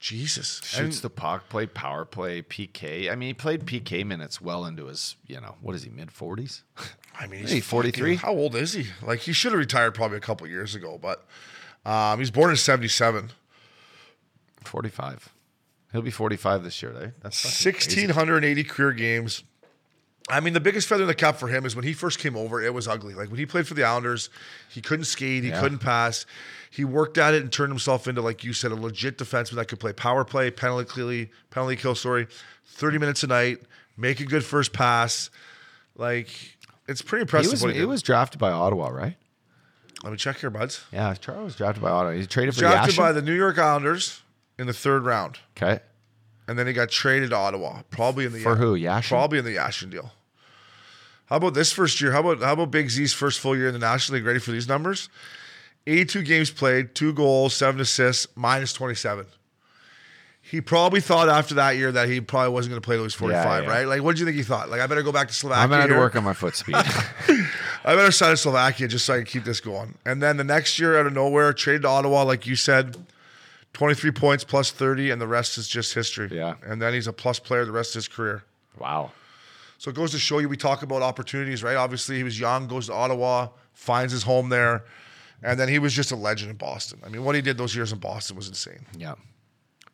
Jesus, And- Shoots the puck, played power play, PK. I mean, he played PK minutes well into his, you know, what is he, mid forties? I mean, Hey, 43? fucking- How old is he? Like, he should have retired probably a couple years ago, but um, he's born in 77. Forty five. He'll be forty five this year, right? That's fucking crazy. 1,680 career games, I mean, the biggest feather in the cap for him is when he first came over, it was ugly. Like when he played for the Islanders, he couldn't skate, he couldn't pass. He worked at it and turned himself into, like you said, a legit defenseman that could play power play, penalty clearly, penalty kill, sorry, 30 minutes a night, make a good first pass. Like, it's pretty He impressive. was, what he he did. was drafted by Ottawa, right? Let me check here, buds. Yeah, Chara was drafted by Ottawa. He traded for Drafted Yashin. by the New York Islanders in the third round. okay. And then he got traded to Ottawa, probably in the For who? Yashin? Probably in the Yashin deal. How about this first year? How about how about Big Z's first full year in the National League? Ready for these numbers? 82 games played, two goals, seven assists, minus 27. He probably thought after that year that he probably wasn't going to play till he was 45, yeah. right? Like, what do you think he thought? Like, I better go back to Slovakia. I'm gonna have to here. work on my foot speed. I better sign to Slovakia just so I can keep this going. And then the next year, out of nowhere, traded to Ottawa, like you said, 23 points plus 30, and the rest is just history. Yeah. And then he's a plus player the rest of his career. wow. So it goes to show you, we talk about opportunities, right? Obviously, he was young, goes to Ottawa, finds his home there, and then he was just a legend in Boston. I mean, what he did those years in Boston was insane. Yeah.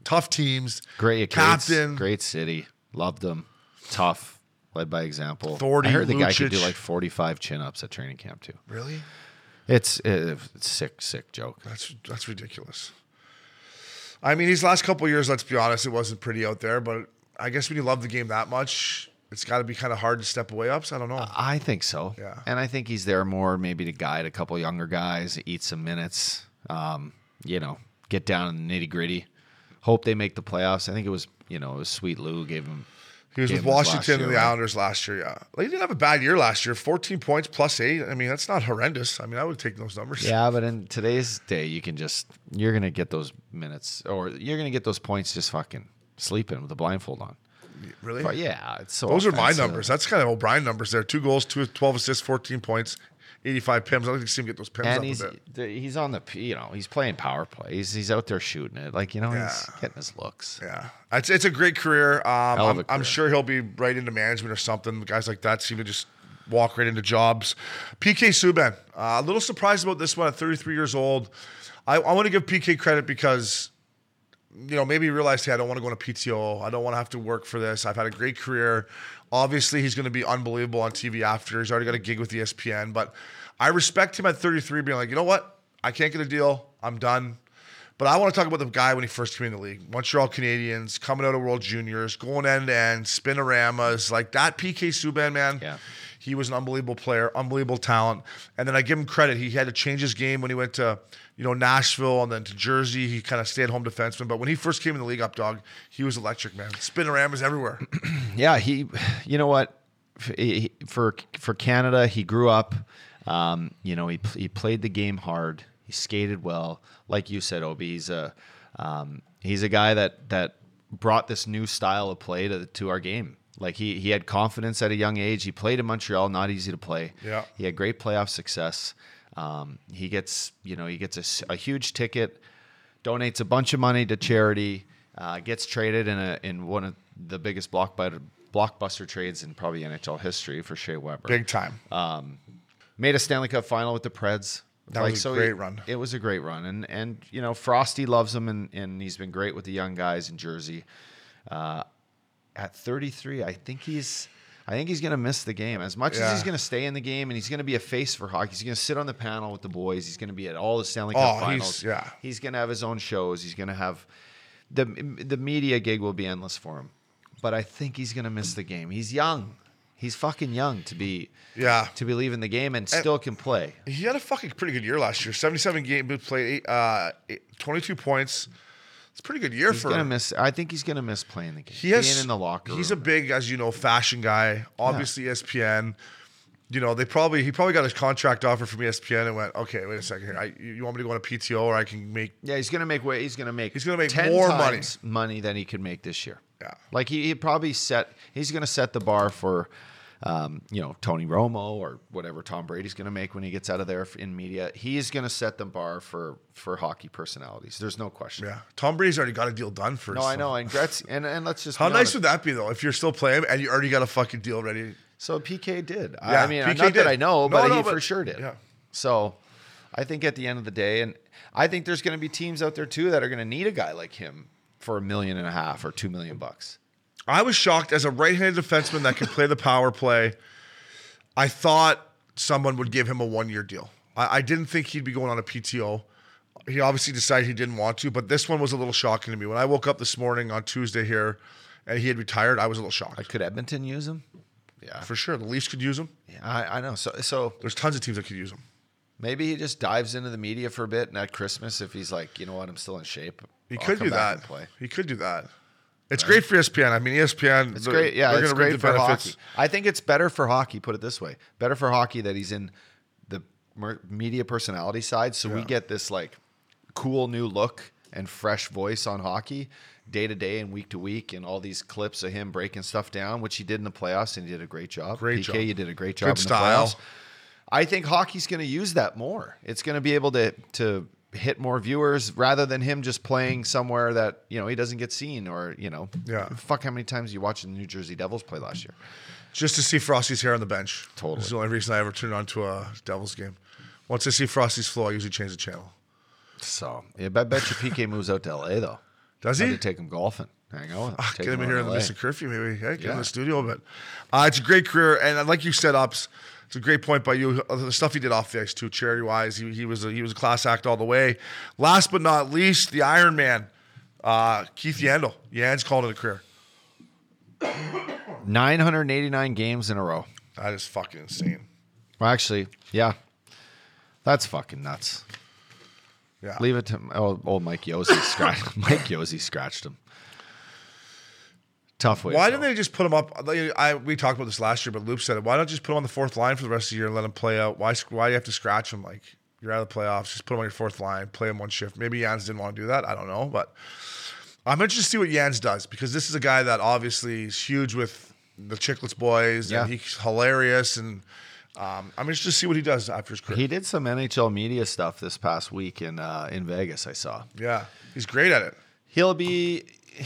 Tough teams, Great captain. captain. Great city. Loved them. Tough. Led by example. Authority, I heard the guy could do Lucic. like 45 chin ups at training camp too. Really? It's, uh, it's sick, sick joke. That's that's ridiculous. I mean, these last couple years, let's be honest, it wasn't pretty out there. But I guess when you love the game that much, it's got to be kind of hard to step away ups. I don't know. I think so. Yeah. And I think he's there more maybe to guide a couple younger guys, eat some minutes, um, you know, get down in the nitty gritty. Hope they make the playoffs. I think it was, you know, it was Sweet Lou gave him. he was with Game was last Washington and year, the right? Islanders last year. Yeah, like, he didn't have a bad year last year. Fourteen points plus eight. I mean, that's not horrendous. I mean, I would take those numbers. Yeah, but in today's day, you can just you're gonna get those minutes or you're gonna get those points just fucking sleeping with a blindfold on. really. But yeah, it's so. Those are my offensive. numbers. That's kind of O'Brien numbers there. Two goals, two, 12 assists, 14 points, 85 pims. I like to see him get those pims up And a he's bit. the- he's on the p- you know he's playing power play. He's, he's out there shooting it like you know he's Yeah. getting his looks. Yeah, it's it's a great career. Um, of I'm, a I'm career. sure he'll be right into management or something. Guys like that seem to just walk right into jobs. PK Subban, uh, a little surprised about this one at 33 years old. I, I want to give PK credit because you know, maybe he realized, hey, I don't want to go on a PTO. I don't want to have to work for this. I've had a great career. Obviously, he's going to be unbelievable on TV after. He's already got a gig with E ESPN. But I respect him at 33 being like, you know what? I can't get a deal. I'm done. But I want to talk about the guy when he first came in the league. Montreal Canadians, coming out of World Juniors, going end to end, spinoramas, like that PK Subban, man. Yeah. He was an unbelievable player, unbelievable talent. And then I give him credit. He had to change his game when he went to, you know, Nashville and then to Jersey. He kind of stayed home defenseman. But when he first came in the league up, dog, he was electric, man. Spinoramas everywhere. yeah, he, you know what, F- he- for for Canada, he grew up. Um, you know, he pl- he played the game hard. He skated well, like you said, Obi. He's a um, he's a guy that that brought this new style of play to to our game. Like he he had confidence at a young age. He played in Montreal, not easy to play. Yeah. he had great playoff success. Um, he gets you know he gets a s a a huge ticket donates a bunch of money to charity, uh, gets traded in a in one of the biggest blockbuster blockbuster trades in probably NHL history for Shea Weber. Big time. Made a Stanley Cup final with the Preds. That was a great run. It was a great run, and and you know Frosty loves him, and and he's been great with the young guys in Jersey. Uh, at 33, I think he's. I think he's going to miss the game as much as Yeah. he's going to stay in the game, and he's going to be a face for hockey. He's going to sit on the panel with the boys. He's going to be at all the Stanley Cup Oh, he's- finals. yeah. He's going to have his own shows. He's going to have the the media gig will be endless for him. But I think he's going to miss the game. He's young. He's fucking young to be Yeah. to be leaving the game and Eh, still can play. he had a fucking pretty good year last year. 77 games played, uh, eight- 22 points. It's a pretty good year He's for gonna him. miss. I think he's gonna miss playing the game. he has being in the locker. He's a room. big, as you know, fashion guy. Obviously, E ESPN. You know, they probably he probably got his contract offer from E ESPN and went, okay, wait a second here. I, you you want me to go on a PTO or I can make? yeah. He's gonna make way. He's gonna make. He's gonna make more money. money. Money than he could make this year. Yeah. Like he, he probably set. He's gonna set the bar for, um, you know, Tony Romo or whatever Tom Brady's gonna make when he gets out of there in media. He is gonna set the bar for for hockey personalities. There's no question. Yeah, Tom Brady's already got a deal done for. No, his I know. son. And Gretz. And and let's just. How be nice honest. would that be though? If you're still playing and you already got a fucking deal ready. So PK did. Yeah, I mean, PK not did. that I know, No, but no, he but- for sure did. yeah. So I think at the end of the day, and I think there's going to be teams out there too that are going to need a guy like him for a million and a half or two million bucks. I was shocked as a right-handed defenseman that could play the power play. I thought someone would give him a one-year deal. I, I didn't think he'd be going on a PTO. He obviously decided he didn't want to, but this one was a little shocking to me. When I woke up this morning on Tuesday here, and he had retired, I was a little shocked Like, could Edmonton use him? for sure. The Leafs could use him. Yeah, I, I know. So, so There's tons of teams that could use him. maybe he just dives into the media for a bit, and at Christmas, if he's like, you know what, I'm still in shape. He I'll could come do back that. and Play. He could do that. It's great for E ESPN. I mean, ESPN. It's great. Yeah, they're it's gonna reap great the for benefits. hockey. I think it's better for hockey. Put it this way: better for hockey that he's in the mer- media personality side, so we get this like cool new look and fresh voice on hockey day to day and week to week, and all these clips of him breaking stuff down, which he did in the playoffs, and he did a great job. Great PK, job. you did a great job. in the style. playoffs. I think hockey's going to use that more. It's going to be able to to hit more viewers rather than him just playing somewhere that you know he doesn't get seen or you know Yeah. fuck how many times you watched the New Jersey Devils play last year. Just to see Frosty's hair on the bench. Totally. It's the only reason I ever turned on to a Devils game. Once I see Frosty's flow, I usually change the channel. So yeah, I bet you PK moves out to LA though. Does Had he? to take him golfing, hang out with him. Ah, take get him in around here in the LA. Mr. Curfew, maybe. Hey, get him in Yeah. the studio a bit. Uh, it's a great career. And uh, like you said, Ups, it's a great point by you. Uh, The stuff he did off the ice, too, charity wise, he, he, was a, he was a class act all the way. Last but not least, the Iron Man, uh, Keith Yandel. Yan's called it a career. 989 games in a row. That is fucking insane. Well, actually, yeah, that's fucking nuts. Yeah. Leave it to oh, old Mike Yosi scratched Mike Yosi scratched him. Tough way. to Why go. didn't they just put him up? like, I we talked about this last year, but Loop said it. Why not just put him on the fourth line for the rest of the year and let him play out? Why sc- why do you have to scratch him? Like you're out of the playoffs, just put him on your fourth line, play him one shift. Maybe Yans didn't want to do that. I don't know, but I'm interested to see what Yans does because this is a guy that obviously is huge with the Chicklets boys, and Yeah. he's hilarious. And um, I'm interested to see what he does after his career. He did some NHL media stuff this past week in uh, in Vegas. I saw yeah, he's great at it. he'll be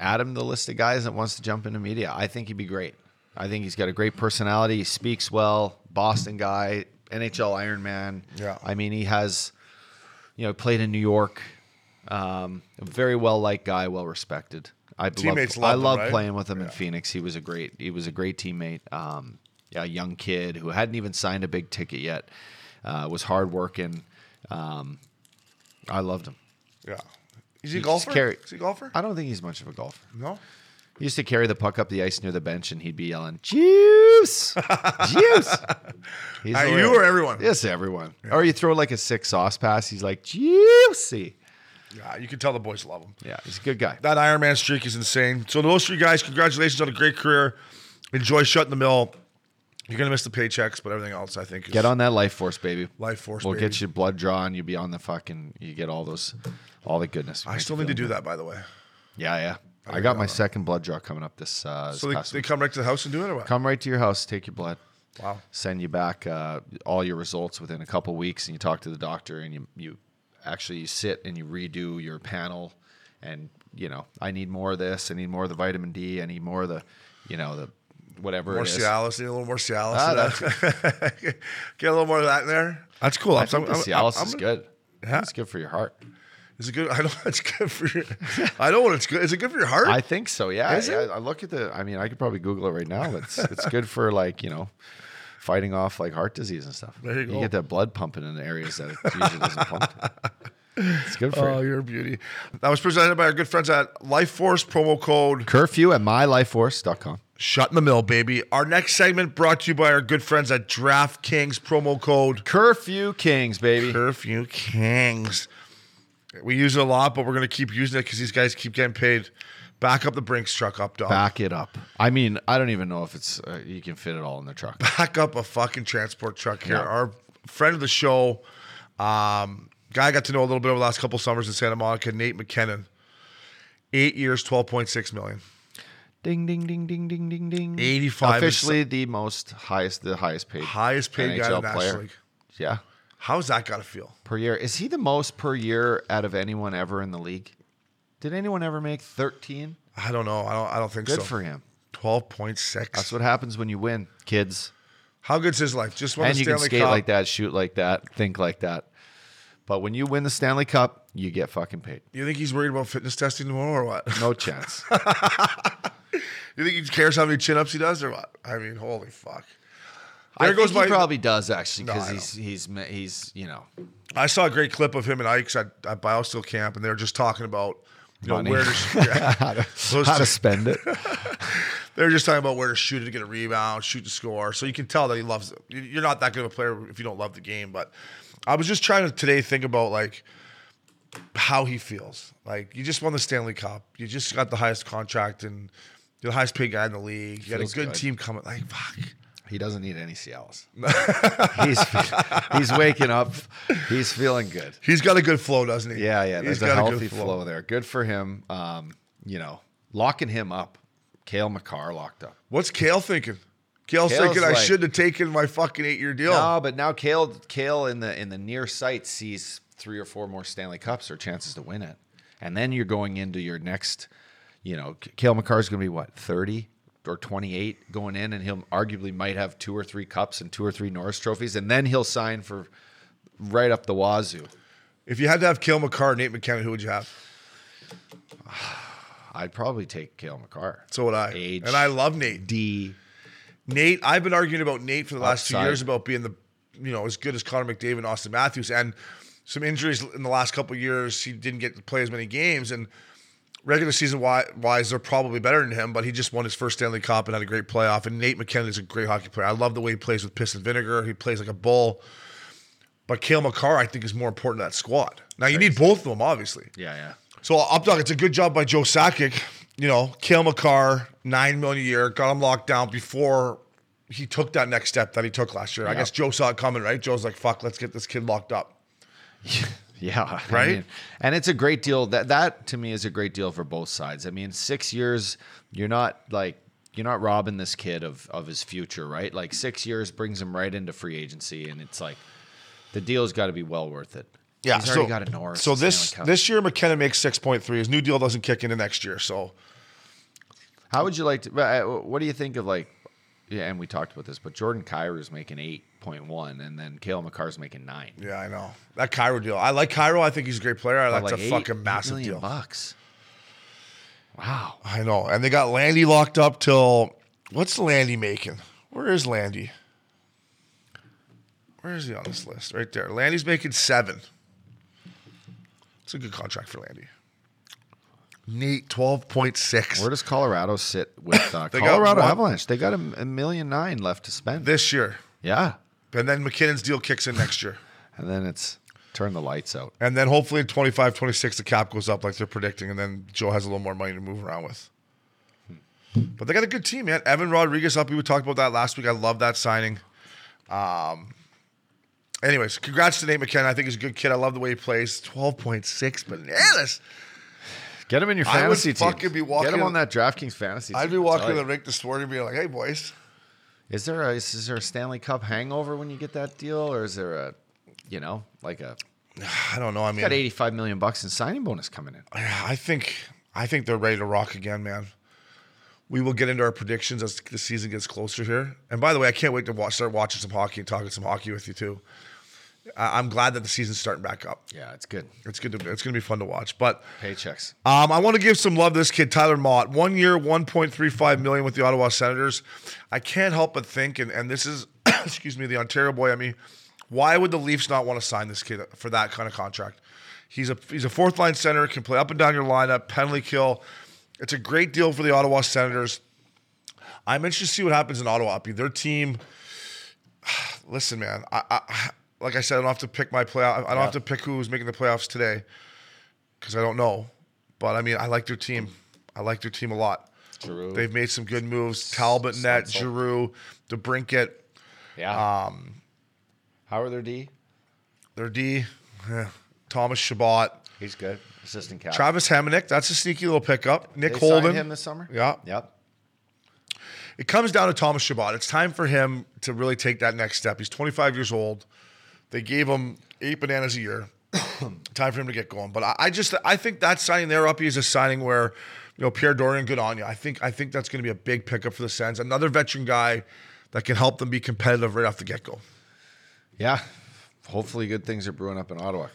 add him to the list of guys that wants to jump into media. I think he'd be great. I think he's got a great personality. He speaks well. Boston guy, NHL Iron Man. Yeah. I mean, he has, you know, played in New York. Um, a very well liked guy, well respected. I Teammates love. I love him, love right? playing with him in Phoenix. He was a great. He was a great teammate. Um, yeah, a young kid who hadn't even signed a big ticket yet. Uh, was hardworking. Um, I loved him. Yeah, is he a He's golfer? carry- Uh, Is he a golfer? I don't think he's much of a golfer. no. He used to carry the puck up the ice near the bench, and he'd be yelling, "Juice, juice!" He's Uh, you hilarious. or everyone? Yes, everyone. Or you throw like a six sauce pass. He's like, "Juicy." Yeah, you can tell the boys love him. Yeah, he's a good guy. That Iron Man streak is insane. So to those three guys, congratulations on a great career. Enjoy shutting the mill. You're gonna miss the paychecks, but everything else, I think, is Get on that life force, baby. Life Force, We'll baby. get your blood drawn. You'll be on the fucking. You get all those, all the goodness. I still need to do that, by the way. Yeah, yeah. I got my second blood draw coming up this. Uh, this So they, past they week. come right to the house and do it, or what? come right to your house, take your blood. Wow. send you back uh, all your results within a couple weeks and you talk to the doctor and you, you actually you sit and you redo your panel and you know i need more of this i need more of the vitamin d i need more of the you know the whatever More it is Cialis, need a little more Cialis. Ah, in that. Get a little more of that in there. That's cool. I think the Cialis is good Yeah. it's good for your heart Is it good? I know it's good for your. I know what it's good. Is it good for your heart? i think so yeah, Is yeah it? i look at the i mean i could probably google it right now but it's, it's good for like you know fighting off like heart disease and stuff There you go. get that blood pumping in the areas that it usually doesn't pump it's good for oh, you you're a beauty. That was presented by our good friends at Life Force promo code curfew at mylifeforce.com Shut in the mill, baby. Our next segment brought to you by our good friends at DraftKings promo code Curfew Kings, baby. Curfew Kings. We use it a lot, but we're gonna keep using it because these guys keep getting paid. Back up the Brinks truck up, dog. Back, Back it up. I mean, I don't even know if it's uh, you can fit it all in the truck. up a fucking transport truck here. Yeah. Our friend of the show, um, guy I got to know a little bit over the last couple summers in Santa Monica, Nate McKinnon. Eight years, twelve point six million. Ding ding ding ding ding ding ding. 85 is- Officially the most highest, the highest paid, Highest paid guy in the NHL National League. Yeah, How's that gotta feel? per year. Is he the most per year out of anyone ever in the league? Did anyone ever make thirteen? I don't know. I don't I don't think Good so. for him. Twelve point six. That's what happens when you win, kids. How good's his life? Just won and the you Stanley can skate Cup. like that, shoot like that, think like that. But when you win the Stanley Cup, you get fucking paid. You think he's worried about fitness testing tomorrow or what? No chance. You think he cares how many chin ups he does or what? I mean, holy fuck. There There I goes goes my- he probably does actually No, because I he's he's ma- he's you know I saw a great clip of him and Ike's at, at Biosteel Camp, and they were just talking about you know, Money. where to, yeah, Those how to two- spend it. they were just talking about where to shoot it to get a rebound, shoot to score. So you can tell that he loves it. You- You're not that good of a player if you don't love the game. But I was just trying to today think about like how he feels. Like you just won the Stanley Cup. You just got the highest contract and you're the highest paid guy in the league. You got a Feels good, good. team coming. Like fuck. He doesn't need any Cialis. he's he's waking up. He's feeling good. He's got a good flow, doesn't he? Yeah, yeah. He's There's a healthy flow. there. Good for him. Um, you know, locking him up. Kale McCarr locked up. What's Kale thinking? Kale's, Kale's thinking I like- shouldn't have taken my fucking eight year deal. No, but now Kale Kale in the in the near sight sees three or four more Stanley Cups or chances to win it, and then you're going into your next. You know, K- Kale McCarr's going to be what thirty or twenty eight going in, and he'll arguably might have two or three cups and two or three Norris trophies, and then he'll sign for right up the wazoo. If you had to have Kale McCarr, Nate McKinnon, who would you have? I'd probably take Kale McCarr. So would I. Age. And I love Nate. D. Nate, I've been arguing about Nate for the last two Upside. years about being the, you know, as good as Connor McDavid and Austin Matthews, and some injuries in the last couple of years. He didn't get to play as many games, and regular season wi- wise, they're probably better than him. But he just won his first Stanley Cup and had a great playoff. And Nate McKinnon is a great hockey player. I love the way he plays with piss and vinegar. He plays like a bull. But Kale McCarr, I think, is more important to that squad. Now you need both of them, obviously. Yeah, yeah. So Updog, it's a good job by Joe Sakic. You know, Kale McCarr, nine million a year, got him locked down before he took that next step that he took last year. I guess Joe saw it coming, right? Joe's like, "Fuck, let's get this kid locked up." Yeah, I Right? mean, and it's a great deal. That that to me is a great deal for both sides. I mean, six years, you're not like you're not robbing this kid of of his future, right? Like six years brings him right into free agency, and it's like the deal's got to be well worth it. he's already got a Norris. So and this Stanley Cup. this year, McKenna makes six point three. His new deal doesn't kick into next year, so how would you like to? uh, What do you think of like? Yeah, and we talked about this, but Jordan Kyrie's making eight point one, and then Kale McCarr's making nine. yeah, I know that Cairo deal. I like Cairo. I think he's a great player. I But, like that's a eight- fucking eight massive million deal. bucks. Wow. I know, and they got Landy locked up till what's Landy making? Where is Landy? Where is he on this list? Right there. Landy's making seven. It's a good contract for Landy. Nate twelve point six Where does Colorado sit with uh, They got Colorado one- Avalanche? They got a, a million nine left to spend. this year, yeah, and then McKinnon's deal kicks in next year, and then it's turn the lights out. and then hopefully in 25, 26, the cap goes up like they're predicting, and then Joe has a little more money to move around with. But they got a good team, man. Evan Rodriguez up. We talked about that last week. I love that signing. Um, Anyways, congrats to Nate McKenna. I think he's a good kid. I love the way he plays. Twelve point six bananas. Get him in your I would fantasy team. fucking be walking- Get him on that DraftKings fantasy. I'd team, be I'll walking tell in the you. rink this morning, being like, "Hey, boys, Is there a is, there a Stanley Cup hangover when you get that deal, or is there a you know like a I don't know. I mean, got eighty five million bucks in signing bonus coming in? I think I think they're ready to rock again, man. We will get into our predictions as the season gets closer here. And by the way, I can't wait to watch, start watching some hockey and talking some hockey with you too. I, I'm glad that the season's starting back up. Yeah, it's good It's good to it's going to be fun to watch, but. paychecks. Um, I want to give some love to this kid, Tyler Mott. One year, one point three five million with the Ottawa Senators. I can't help but think, and, and this is, excuse me, the Ontario boy. I mean, why would the Leafs not want to sign this kid for that kind of contract? He's a he's a fourth line center, can play up and down your lineup, penalty kill. It's a great deal for the Ottawa Senators. I'm interested to see what happens in Ottawa. Their team. Listen, man, I, I like I said, I don't have to pick my playoff. I don't have to pick who's making the playoffs today because I don't know. But I mean, I like their team. I like their team a lot. Giroux. They've made some good moves. Talbot, Net, Giroux, DeBrinket, Yeah. Um, how are their D? their D, eh, Thomas Shabbat, He's good. Assistant captain. Travis Hamonic. That's a sneaky little pickup. Nick they signed Holden. him this summer. yeah. Yep. It comes down to Thomas Shabbat. It's time for him to really take that next step. He's 25 years old. They gave him eight bananas a year. time for him to get going. But I, I just I think that signing there up is a signing where you know Pierre Dorian, good on you. I think I think that's going to be a big pickup for the Sens. Another veteran guy that can help them be competitive right off the get go. Yeah. Hopefully, good things are brewing up in Ottawa.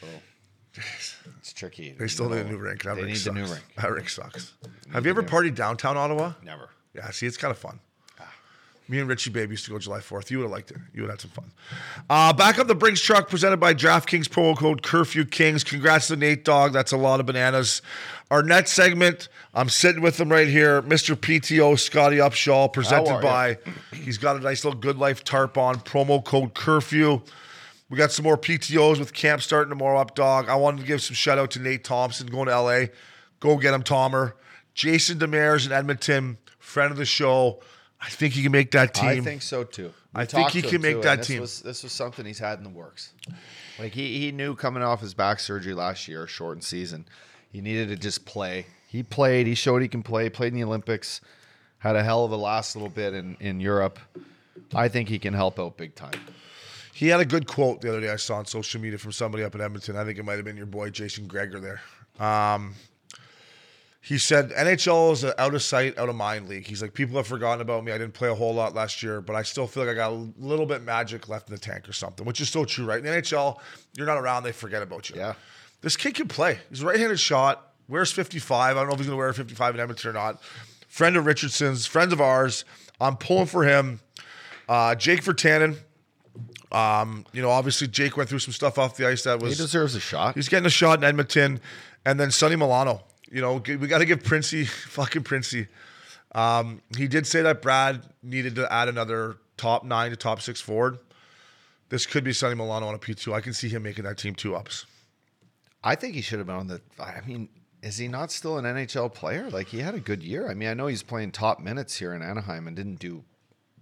So it's tricky. They still need a new rink. That They rink need the sucks. new rink. That rink sucks. Have you ever partied downtown Ottawa? Never. Yeah, see, it's kind of fun. Me and Richie Babe used to go July 4th. You would have liked it. You would have had some fun. Uh, back up the Brinks truck presented by DraftKings promo code Curfew Kings. Congrats to Nate Dog. That's a lot of bananas. Our next segment, I'm sitting with him right here, Mr. PTO Scotty Upshaw, presented by, he's got a nice little Good Life tarp on, promo code Curfew. We got some more PTOs with camp starting tomorrow up, dog. I wanted to give some shout out to Nate Thompson going to LA. Go get him, Tomer. Jason Demers in Edmonton, friend of the show. I think he can make that team. I think so too. I think talked he to can him, make and that this team. Was, this was something he's had in the works. Like he, he knew coming off his back surgery last year, shortened season, he needed to just play. He played. He showed he can play. Played in the Olympics. Had a hell of a last little bit in in Europe. I think he can help out big time. He had a good quote the other day I saw on social media from somebody up in Edmonton. I think it might have been your boy Jason Greger there. Um, he said NHL is an out of sight, out of mind league. He's like, people have forgotten about me. I didn't play a whole lot last year, but I still feel like I got a little bit magic left in the tank or something, which is so true, right? In the NHL, you're not around, they forget about you. Yeah. This kid can play. He's a right-handed shot. Wears 55. I don't know if he's going to wear 55 in Edmonton or not. Friend of Richardson's, friends of ours. I'm pulling for him. Uh, Jake Vertanen. Um, you know, obviously Jake went through some stuff off the ice that He was deserves a shot. He's getting a shot in Edmonton, and then Sonny Milano. You know, g- we got to give Princey, fucking Princey. Um, he did say that Brad needed to add another top nine to top six forward. This could be Sonny Milano on a P two. I can see him making that team two ups. I think he should have been on the. I mean, is he not still an NHL player? Like he had a good year. I mean, I know he's playing top minutes here in Anaheim and didn't do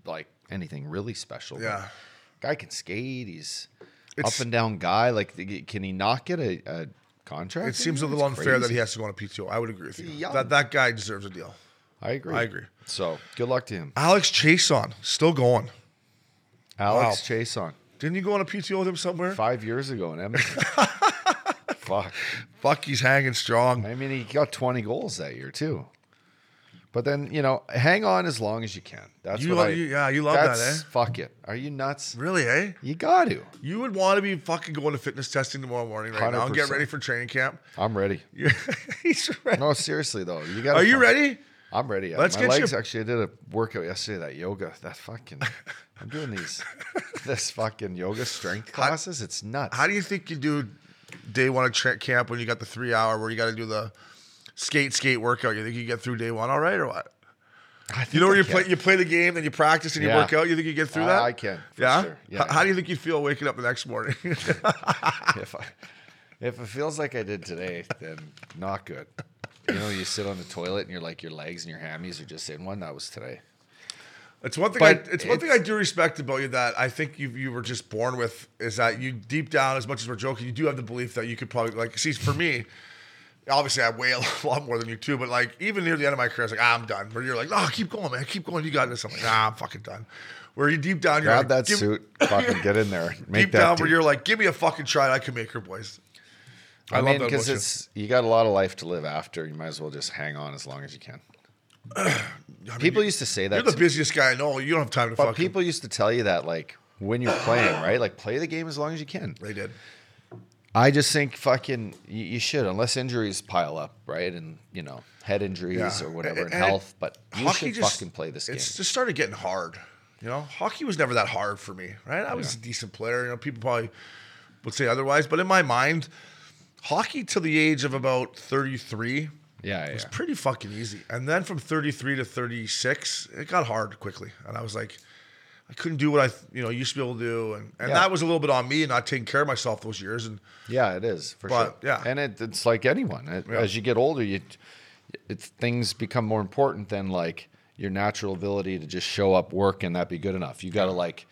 like anything really special. but Yeah. guy can skate. He's It's- up and down guy. Like, the- can he not get a, a contract? It seems a It's little unfair that crazy. he has to go on a PTO. I would agree with you. young. That that guy deserves a deal. I agree. I agree. So good luck to him, Alex Chason still going. Alex Chason. Didn't you go on a PTO with him somewhere? Five years ago in Edmonton. Fuck. Fuck, he's hanging strong. I mean, he got 20 goals that year too. But then you know, hang on as long as you can. That's You what lo- I, you- yeah, you love that, that's- eh? Fuck it. Are you nuts? Really, eh? You got to. You would want to be fucking going to fitness testing tomorrow morning right now and get 100%. ready for training camp. I'm ready. You're- he's ready. No, seriously though, you got. Are you ready? I'm ready. Let's My get legs. you- Actually, I did a workout yesterday. That yoga. That fucking. I'm doing these. this fucking yoga strength classes. It's nuts. How do you think you do day one of tra- camp when you got the three hour where you got to do the skate skate workout? You think you get through day one all right or what? You know where you play you play the game, then you practice and you Yeah. work out. You think you get through I- that? I can, for yeah. sure. H- Yeah. How, do you think you feel waking up the next morning? if I, if it feels like I did today, then not good. You know, you sit on the toilet and you're like your legs and your hammies are just in one. That was today. it's one thing. I, But it's, one thing I it's- do respect about you that I think you you were just born with is that you deep down, as much as we're joking, you do have the belief that you could probably like. See, for me. Obviously, I weigh a lot more than you too, but like even near the end of my career, I was like, ah, I'm done. Where you're like, oh, keep going, man, keep going, you got this. I'm like, nah, I'm fucking done. Where you deep down, you're like, Grab that give- suit. Fucking get in there. Make deep that. down, do- where you're like, give me a fucking try, and I can make her, boys. I, I, love mean, that because emotion. it's you got a lot of life to live after. You might as well just hang on as long as you can. people used to say that. You're the to me. busiest guy I know. You don't have time to But fucking. people used to tell you that, like, when you're playing, right? Like, play the game as long as you can. they did. I just think fucking you, you should, unless injuries pile up, right? And, you know, head injuries Yeah. or whatever, And- and, and health. But you hockey should just- fucking play this game. It's just started getting hard. You know, hockey was never that hard for me, right? I was a decent player. You know, people probably would say otherwise, but in my mind, hockey till the age of about 33 yeah, yeah. was pretty fucking easy. And then from 33 to 36, it got hard quickly. And I was like, I couldn't do what I, you know, used to be able to do. And, and Yeah. that was a little bit on me and not taking care of myself those years. And Yeah, it is for But, sure. yeah. and it, it's like anyone. It- Yeah. As you get older, you it's things become more important than like your natural ability to just show up, work, and that be good enough. You got to like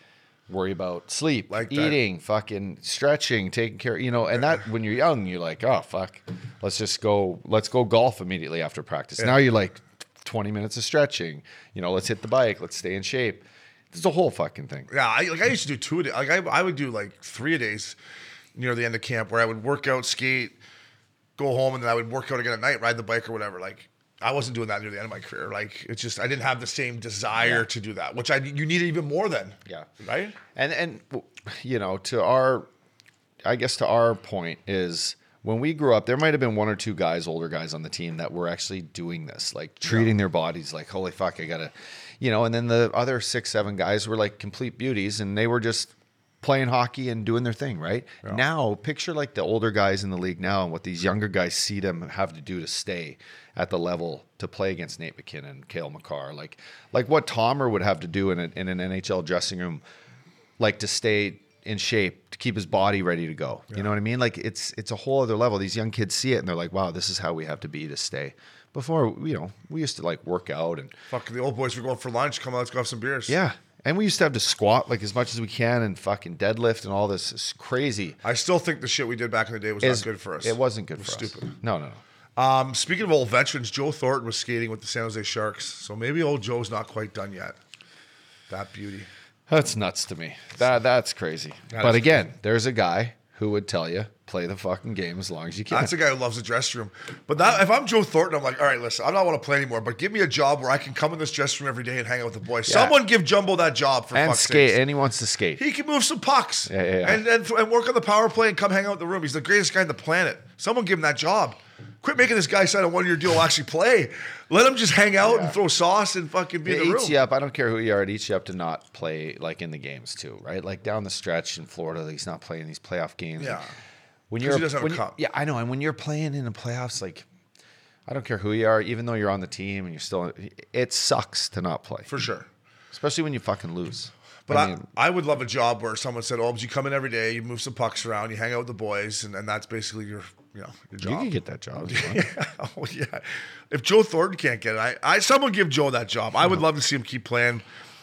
worry about sleep, Like that. eating, fucking stretching, taking care. You know, and that when you're young, you're like, oh fuck, let's just go, let's go golf immediately after practice. Now you're like, twenty minutes of stretching. You know, let's hit the bike, let's stay in shape. It's a whole fucking thing. Yeah, I, like I used to do two a day. Like I, I would do like three a days near the end of camp where I would work out, skate, go home, and then I would work out again at night, ride the bike or whatever. Like I wasn't doing that near the end of my career. Like it's just I didn't have the same desire to do that, which I you need even more then. Yeah. Right. And and you know, to our I guess to our point is when we grew up, there might have been one or two guys, older guys on the team that were actually doing this, like treating their bodies like, holy fuck, I gotta, you know. And then the other six, seven guys were like complete beauties and they were just playing hockey and doing their thing, right? Now, picture like the older guys in the league now and what these younger guys see them have to do to stay at the level to play against Nate McKinnon, Kale McCarr, like, like what Tomer would have to do in, a, in an NHL dressing room like to stay in shape to keep his body ready to go you know what i mean like it's it's a whole other level these young kids see it and they're like wow this is how we have to be to stay before you know we used to like work out and Fuck, the old boys were going for lunch. Come on, let's go have some beers. yeah and we used to have to squat like as much as we can and fucking deadlift and all this is crazy I still think the shit we did back in the day was It's- not good for us. it wasn't good for stupid. us no no no Um, speaking of old veterans, Joe Thornton was skating with the San Jose Sharks, so maybe old Joe's not quite done yet. That beauty. that's nuts to me that that's crazy That but is again there's a guy who would tell you play the fucking game as long as you can That's a guy who loves the dressing room. But that, if I'm Joe Thornton, I'm like, all right, listen, I don't want to play anymore, but give me a job where I can come in this dressing room every day and hang out with the boys. Yeah. Someone give Jumbo that job for and fuck's skate sakes. and he wants to skate He can move some pucks Yeah, yeah, yeah. And, and, and work on the power play and come hang out in the room. He's the greatest guy on the planet. Someone give him that job. Quit making this guy sign a one year deal, actually play. Let him just hang out and throw sauce and fucking be it in the eats room. you up. I don't care who you are. It eats you up to not play like in the games too, right? Like down the stretch in Florida, he's not playing these playoff games. Yeah. When 'Cause you're he doesn't have a when you- cup. yeah, I know. And when you're playing in the playoffs, like I don't care who you are, even though you're on the team and you're still, it sucks to not play, For sure. especially when you fucking lose. But I, mean, I, would love a job where someone said, "Oh, but you come in every day, you move some pucks around, you hang out with the boys, and, and that's basically your, you know, your you job." can get that job. if you want. oh yeah. If Joe Thornton can't get it, I, I someone give Joe that job. I would love to see him keep playing.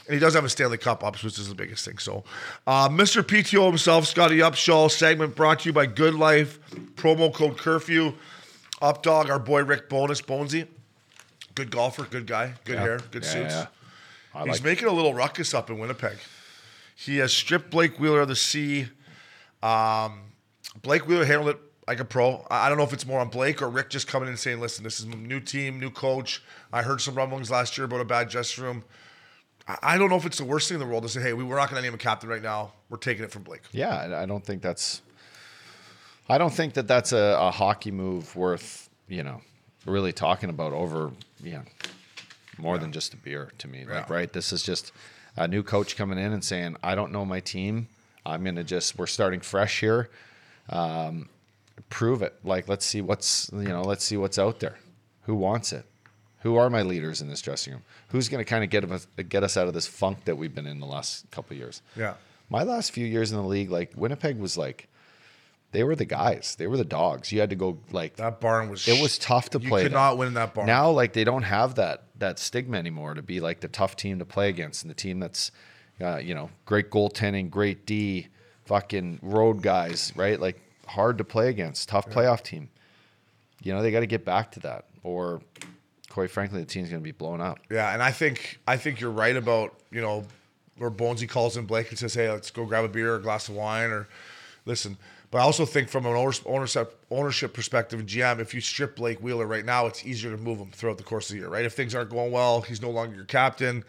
And he does have a Stanley Cup ups, which is the biggest thing. So, uh, Mr. PTO himself, Scotty Upshaw, segment brought to you by Good Life, promo code curfew, Updog, our boy Rick Bonus, Bonesy, good golfer, good guy, good hair, good Yeah, suits. yeah. I He's like- making a little ruckus up in Winnipeg. He has stripped Blake Wheeler of the C. Um, Blake Wheeler handled it like a pro. I I don't know if it's more on Blake or Rick just coming in and saying, listen, this is a new team, new coach. I heard some rumblings last year about a bad dressing room. I- I don't know if it's the worst thing in the world to say, hey, we- we're not going to name a captain right now. We're taking it from Blake. Yeah, and I don't think that's. I don't think that that's a, a hockey move worth you know really talking about over you know more than just a beer to me. Like Yeah. right, this is just a new coach coming in and saying I don't know my team. I'm gonna just we're starting fresh here. Um, prove it. Like let's see what's you know let's see what's out there. Who wants it? Who are my leaders in this dressing room? Who's going to kind of get us get us out of this funk that we've been in the last couple of years? Yeah. my last few years in the league, like Winnipeg was like, they were the guys, they were the dogs. You had to go like That barn was. it was tough to you play. could them. not win in that barn. Now, like they don't have that that stigma anymore to be like the tough team to play against and the team that's, uh, you know, great goaltending, great D, fucking road guys, right? Like hard to play against, tough playoff team. You know, they got to get back to that, or quite frankly, the team's going to be blown up. Yeah, and I think I think you're right about you know where Bonesy calls in Blake and says, "Hey, let's go grab a beer or a glass of wine," or listen. But I also think from an owners- ownership ownership perspective in GM, if you strip Blake Wheeler right now, it's easier to move him throughout the course of the year, right? If things aren't going well, he's no longer your captain.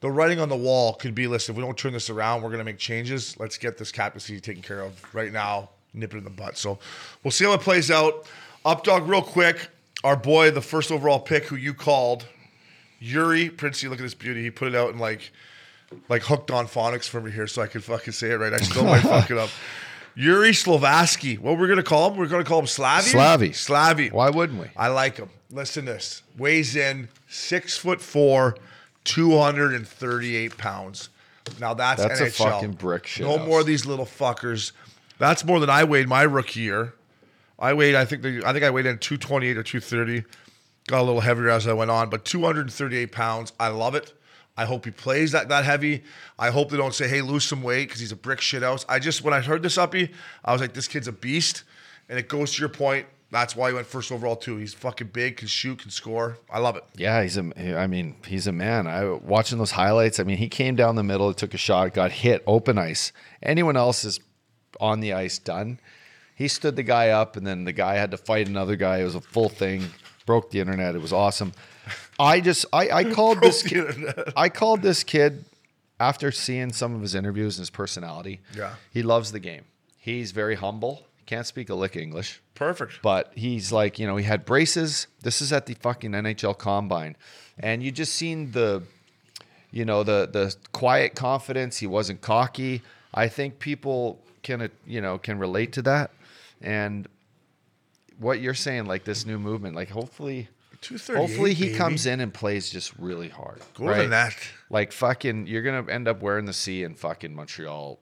The writing on the wall could be: listen, if we don't turn this around, we're going to make changes. Let's get this captaincy taken care of right now. Nip it in the butt. So we'll see how it plays out. Updog, real quick. Our boy, the first overall pick, who you called, Yuri Princey, look at this beauty. He put it out in like like hooked on phonics for me here, so I could fucking say it right. I still might fuck it up. Yuri Slovaski. What we're gonna call him? We're gonna call him Slavy. Slavy. Slavy. Why wouldn't we? I like him. Listen to this. Weighs in six foot four, two hundred and thirty-eight pounds. Now that's, That's a NHL. fucking brick No shithouse. more of these little fuckers. That's more than I weighed my rookie year. I weighed, I think, the, I think I weighed in two twenty-eight or two thirty. Got a little heavier as I went on, but two hundred and thirty-eight pounds. I love it. I hope he plays that that heavy. I hope they don't say, "Hey, lose some weight," because he's a brick shithouse. I just when I heard this uppy, I was like, "This kid's a beast," and it goes to your point. That's why he went first overall too. He's fucking big, can shoot, can score. I love it. Yeah, he's a. he- I mean, he's a man. I watching those highlights. I mean, he came down the middle, took a shot, got hit, open ice. Anyone else is on the ice, done. He stood the guy up, and then the guy had to fight another guy. It was a full thing. Broke the internet. It was awesome. I just, I, I called this. the kid- internet. I called this kid after seeing some of his interviews and his personality. Yeah. he loves the game. He's very humble. Can't speak a lick of English. Perfect. But he's like, you know, he had braces. This is at the fucking NHL combine. And you just seen the you know, the the quiet confidence, he wasn't cocky. I think people can uh, you know, can relate to that. And what you're saying like this new movement, like hopefully 238. hopefully he comes in and plays just really hard. Go to that. Like fucking you're going to end up wearing the C in fucking Montreal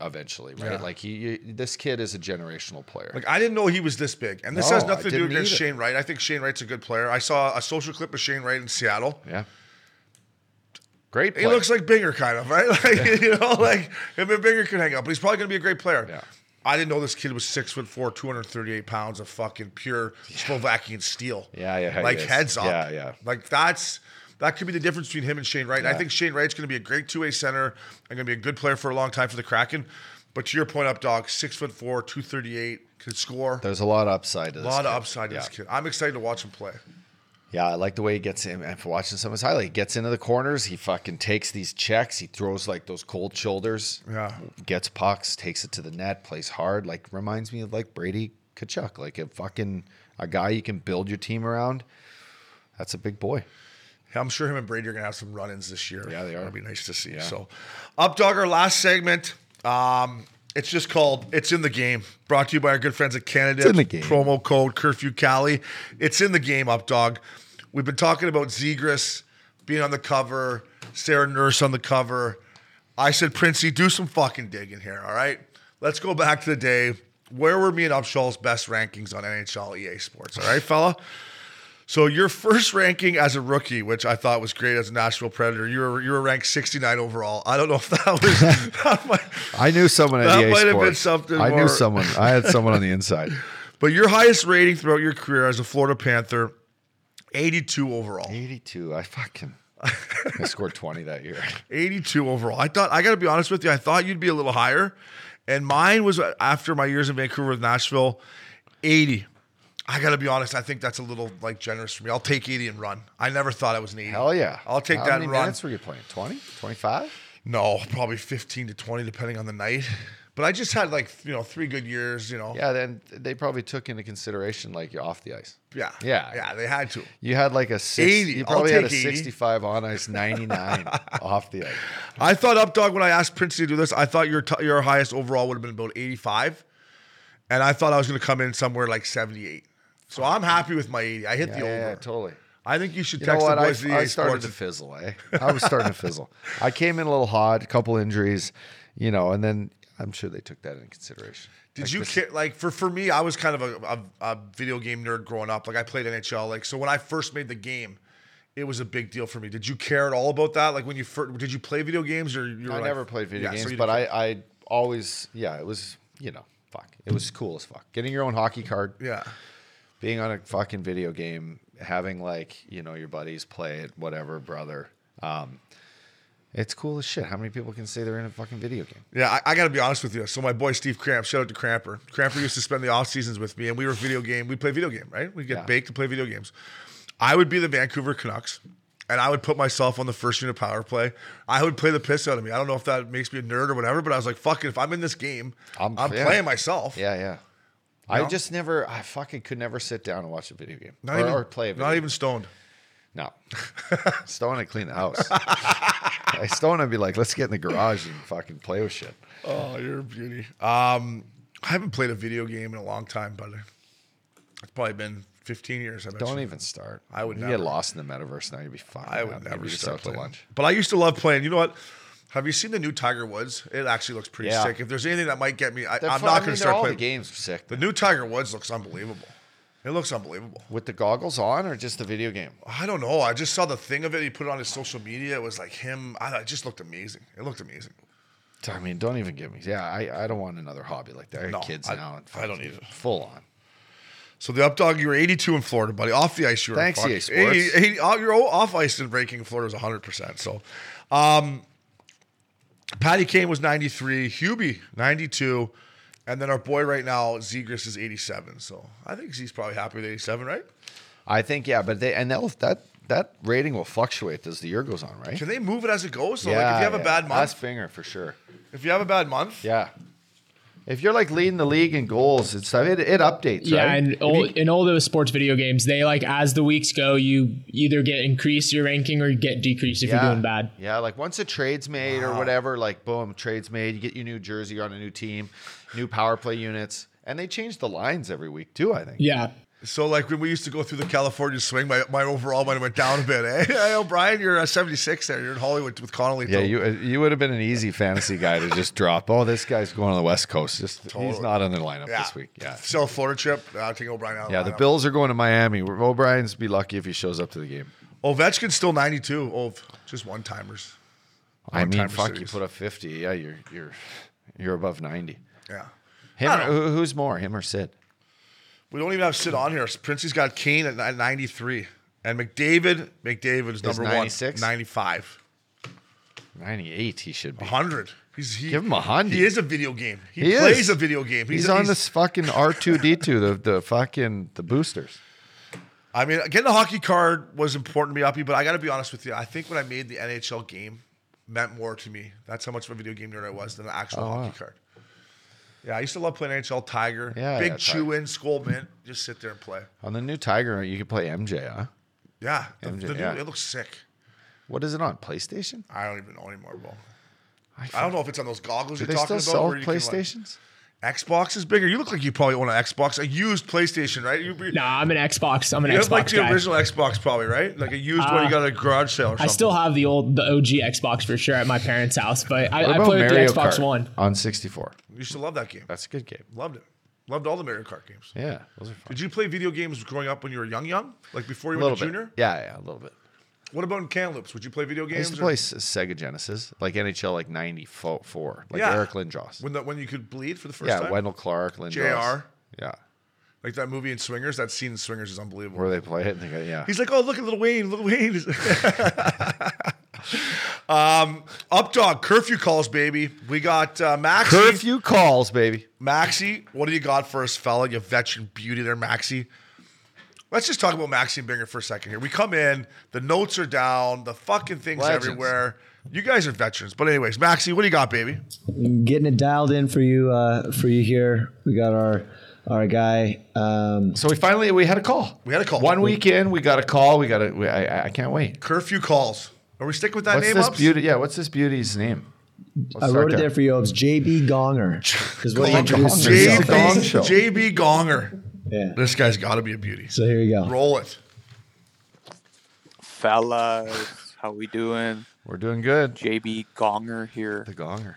eventually, right? Yeah. Like he you, this kid is a generational player. Like I didn't know he was this big, and this No, has I nothing to do didn't against either. Shane Wright. I think Shane Wright's a good player. I saw a social clip of Shane Wright in Seattle. Yeah. Great. He player. looks like Binger, kind of right. Like you know, like him and Binger could hang out, but he's probably going to be a great player. Yeah. I didn't know this kid was six foot four, two hundred thirty eight pounds of fucking pure Slovakian steel. Yeah, yeah, he Like is. heads up. Yeah, yeah. Like that's that could be the difference between him and Shane Wright. And I think Shane Wright's going to be a great two way center and going to be a good player for a long time for the Kraken. But to your point, up dog, six foot four, two thirty eight, could score. There's a lot of upside to a this. lot of kid. upside to yeah. this kid. I'm excited to watch him play. Yeah, I like the way he gets in. After watching some of his highlight, he gets into the corners. He fucking takes these checks. He throws like those cold shoulders. Yeah. Gets pucks, takes it to the net, plays hard. Like reminds me of like Brady Kachuk, like a fucking a guy you can build your team around. That's a big boy. I'm sure him and Brady are going to have some run-ins this year. Yeah, they are. It'll be nice to see. So, up dog, our last segment. Um, it's just called "It's in the Game." Brought to you by our good friends at Canada. It's in the game. Promo code curfew Cali. It's in the game, up dog. We've been talking about Zegras being on the cover, Sarah Nurse on the cover. I said, Princey, do some fucking digging here. All right, let's go back to the day. Where were me and Upshaw's best rankings on NHL EA E Sports? All right, fella. So your first ranking as a rookie, which I thought was great as a Nashville Predator, you were you were ranked 69 overall. I don't know if that was that might- I knew someone at That EA might have been Sports. something I more- knew someone. I had someone on the inside. but your highest rating throughout your career as a Florida Panther, 82 overall. 82. I fucking I scored 20 that year. 82 overall. I thought I got to be honest with you, I thought you'd be a little higher, and mine was uh, after my years in Vancouver with Nashville, 80. I got to be honest, I think that's a little like generous for me. I'll take 80 and run. I never thought I was an 80. Hell yeah. I'll take How that many and run. minutes were you playing? 20? 25? No, probably 15 to 20, depending on the night. But I just had like, you know, three good years, you know. Yeah, then they probably took into consideration like you're off the ice. Yeah. Yeah. Yeah, they had to. You had like a 60, 80. You I'll probably had a take 80. 65 on ice, 99 off the ice. I thought Updog, when I asked Prince to do this, I thought your, t- your highest overall would have been about 85. And I thought I was going to come in somewhere like 78. So I'm happy with my 80. I hit Yeah, the over. yeah, totally. I think you should You know text what? the I, boys at I EA started Sports. to fizzle. Eh? I was starting to fizzle. I came in a little hot, a couple injuries, you know, and then I'm sure they took that into consideration. Did you kid, like for for me? I was kind of a, a, a video game nerd growing up. Like I played NHL. Like so when I first made the game, it was a big deal for me. Did you care at all about that? Like when you first did you play video games or you? Were I like- never played video Yeah, so games, you but didn't- I, I always, yeah, it was, you know, fuck. It was cool as fuck. Getting your own hockey card. yeah. being on a fucking video game, having like you know your buddies play it, whatever, brother. Um, it's cool as shit. How many people can say they're in a fucking video game? Yeah, I, I got to be honest with you. So my boy Steve Cramp, shout out to Cramper. Cramper used to spend the off seasons with me, and we were video game. We play video game, right? We get Yeah. baked to play video games. I would be the Vancouver Canucks, and I would put myself on the first unit power play. I would play the piss out of me. I don't know if that makes me a nerd or whatever, but I was like, "Fuck it, if I'm in this game, I'm, I'm- yeah. playing myself." Yeah, yeah. I just never, I fucking could never sit down and watch a video game Not or, even or play a video. Not game. even stoned. no. Stone and clean the house. I Stone and be like, let's get in the garage and fucking play with shit. Oh, you're a beauty. Um, I haven't played a video game in a long time, but it's probably been 15 years. I bet Don't you. even start. I would you never. get lost in the metaverse now. You'd be fine. I would never be just start out to playing. lunch. But I used to love playing. You know what? Have you seen the new Tiger Woods? It actually looks pretty Yeah. sick. If there's anything that might get me, I, They're I'm fu- I not mean, going to they're start all playing. the games sick. The new Tiger Woods looks unbelievable. It looks unbelievable. With the goggles on or just the video game? I don't know. I just saw the thing of it. He put it on his social media. It was like him. I, it just looked amazing. It looked amazing. I mean, don't even give me. Yeah, I, I don't want another hobby like that. I No, got kids I- now. and I don't fucking need it. Full on. So the updog, you were 82 in Florida, buddy. Off the ice, you were Thanks, fuck- EA Sports. 80, 80 oh, your off ice and breaking in Florida was 100. percent So, um, Patty Kane was 93, Hubie 92, and then our boy right now Zegris is 87. So I think he's probably happy with 87, right? I think yeah, but they and they'll, that that rating will fluctuate as the year goes on, right? Can they move it as it goes? So yeah, like if you have yeah. a bad last month, finger for sure. if you have a bad month, Yeah, If you're like leading the league in goals and stuff, it, it updates. Yeah, right? and all, in all those sports video games, they like as the weeks go, you either get increased your ranking or you get decreased if you're doing bad. Yeah, like once a trade's made or whatever, like boom, trade's made. You get your new jersey you're on a new team, new power play units, and they change the lines every week too. I think. Yeah, So like when we used to go through the California swing, my, my overall might have went down a bit. Eh? Hey, O'Brien, you're uh, 76 there. You're in Hollywood with Connolly. Yeah, you uh, you would have been an easy fantasy guy to just drop. Oh, this guy's going on the West Coast. Just he's Totally. not on their lineup yeah. this week. Yeah, Still Florida trip. Uh, taking O'Brien out. of yeah. The lineup. Bills are going to Miami. O'Brien's be lucky if he shows up to the game. Ovechkin's still 92. Ov, just one timers. I mean, One-timer fuck, you series. put up fifty. Yeah, you're you're you're above ninety. Yeah. Him, I or, don't who- who's more, him or Sid? We don't even have Sid on here. Princey's got Kane at ni- 93. And McDavid, McDavid is number 96? one. 95. Ninety-eight. He should be. 100. He's, he, Give him a hundred. He is a video game. He, He plays is. a video game. He's, on this fucking R two D two, the the fucking the boosters. I mean, getting a hockey card was important to me, Uppy, but I got to be honest with you. I think when I made the NHL game, meant more to me. That's how much of a video game nerd I was than an Oh, actual hockey card. Yeah, I used to love playing NHL Tiger. Yeah, Big yeah, chew in, skull mint. Just sit there and play. On the new Tiger, you could play MJ. Huh? Yeah. The, MJ, the new- yeah. It looks sick. What is it on PlayStation? I don't even know anymore, bro. I don't know if it's on those goggles Do you're they talking still about. sell where you can, like- PlayStations? Xbox is bigger. You look like you probably own an Xbox, a used PlayStation, right? You, you, nah, I'm an Xbox. I'm an you have Xbox like the guy. Uh, original Xbox, probably, right? Like a used one you got at a garage sale or something. I still have the old the OG Xbox for sure at my parents' house, but I, What I about play with the Mario Xbox Kart One. on sixty four? You used to love that game. That's a good game. Loved it. Loved all the Mario Kart games. Yeah, those are fun. Did you play video games growing up when you were young, young? Like before you A went little to bit. junior? Yeah, yeah, a little bit. What about in Kamloops? Would you play video I games? used to or- play S- Sega Genesis, like NHL, like ninety four, like Yeah. Eric Lindros. when the, when you could bleed for the first yeah, time? Wendell Clark, Lindros. JR. Yeah, Like that movie in Swingers, that scene in Swingers is unbelievable. where they play it. And they go, yeah, He's like, oh, look at Little Wayne. Little Wayne. is- um, Updog, curfew calls, baby. We got uh, Maxie. curfew calls, baby. Maxie, what do you got for us, fella? You veteran beauty there, Maxie. Let's just talk about Maxie and Binger for a second here. We come in, the notes are down, the fucking things Legends. everywhere. You guys are veterans. But anyways, Maxie, what do you got, baby? Getting it dialed in for you, uh, for you here. We got our our guy. Um, So we finally we had a call. We had a call. One week in, we got a call. We got a. We, I, I- I can't wait. Curfew calls. Are we sticking with that What's name this Ups? beauty? Yeah, what's this beauty's name? Let's I start wrote it there for you. It's JB Gonger. Because what he Gonger. introduced J- himself. Gong Show. JB, JB Gonger. Yeah. This guy's got to be a beauty. So here you go. Roll it. fellas how we doing We're doing good. jb gonger here The gonger.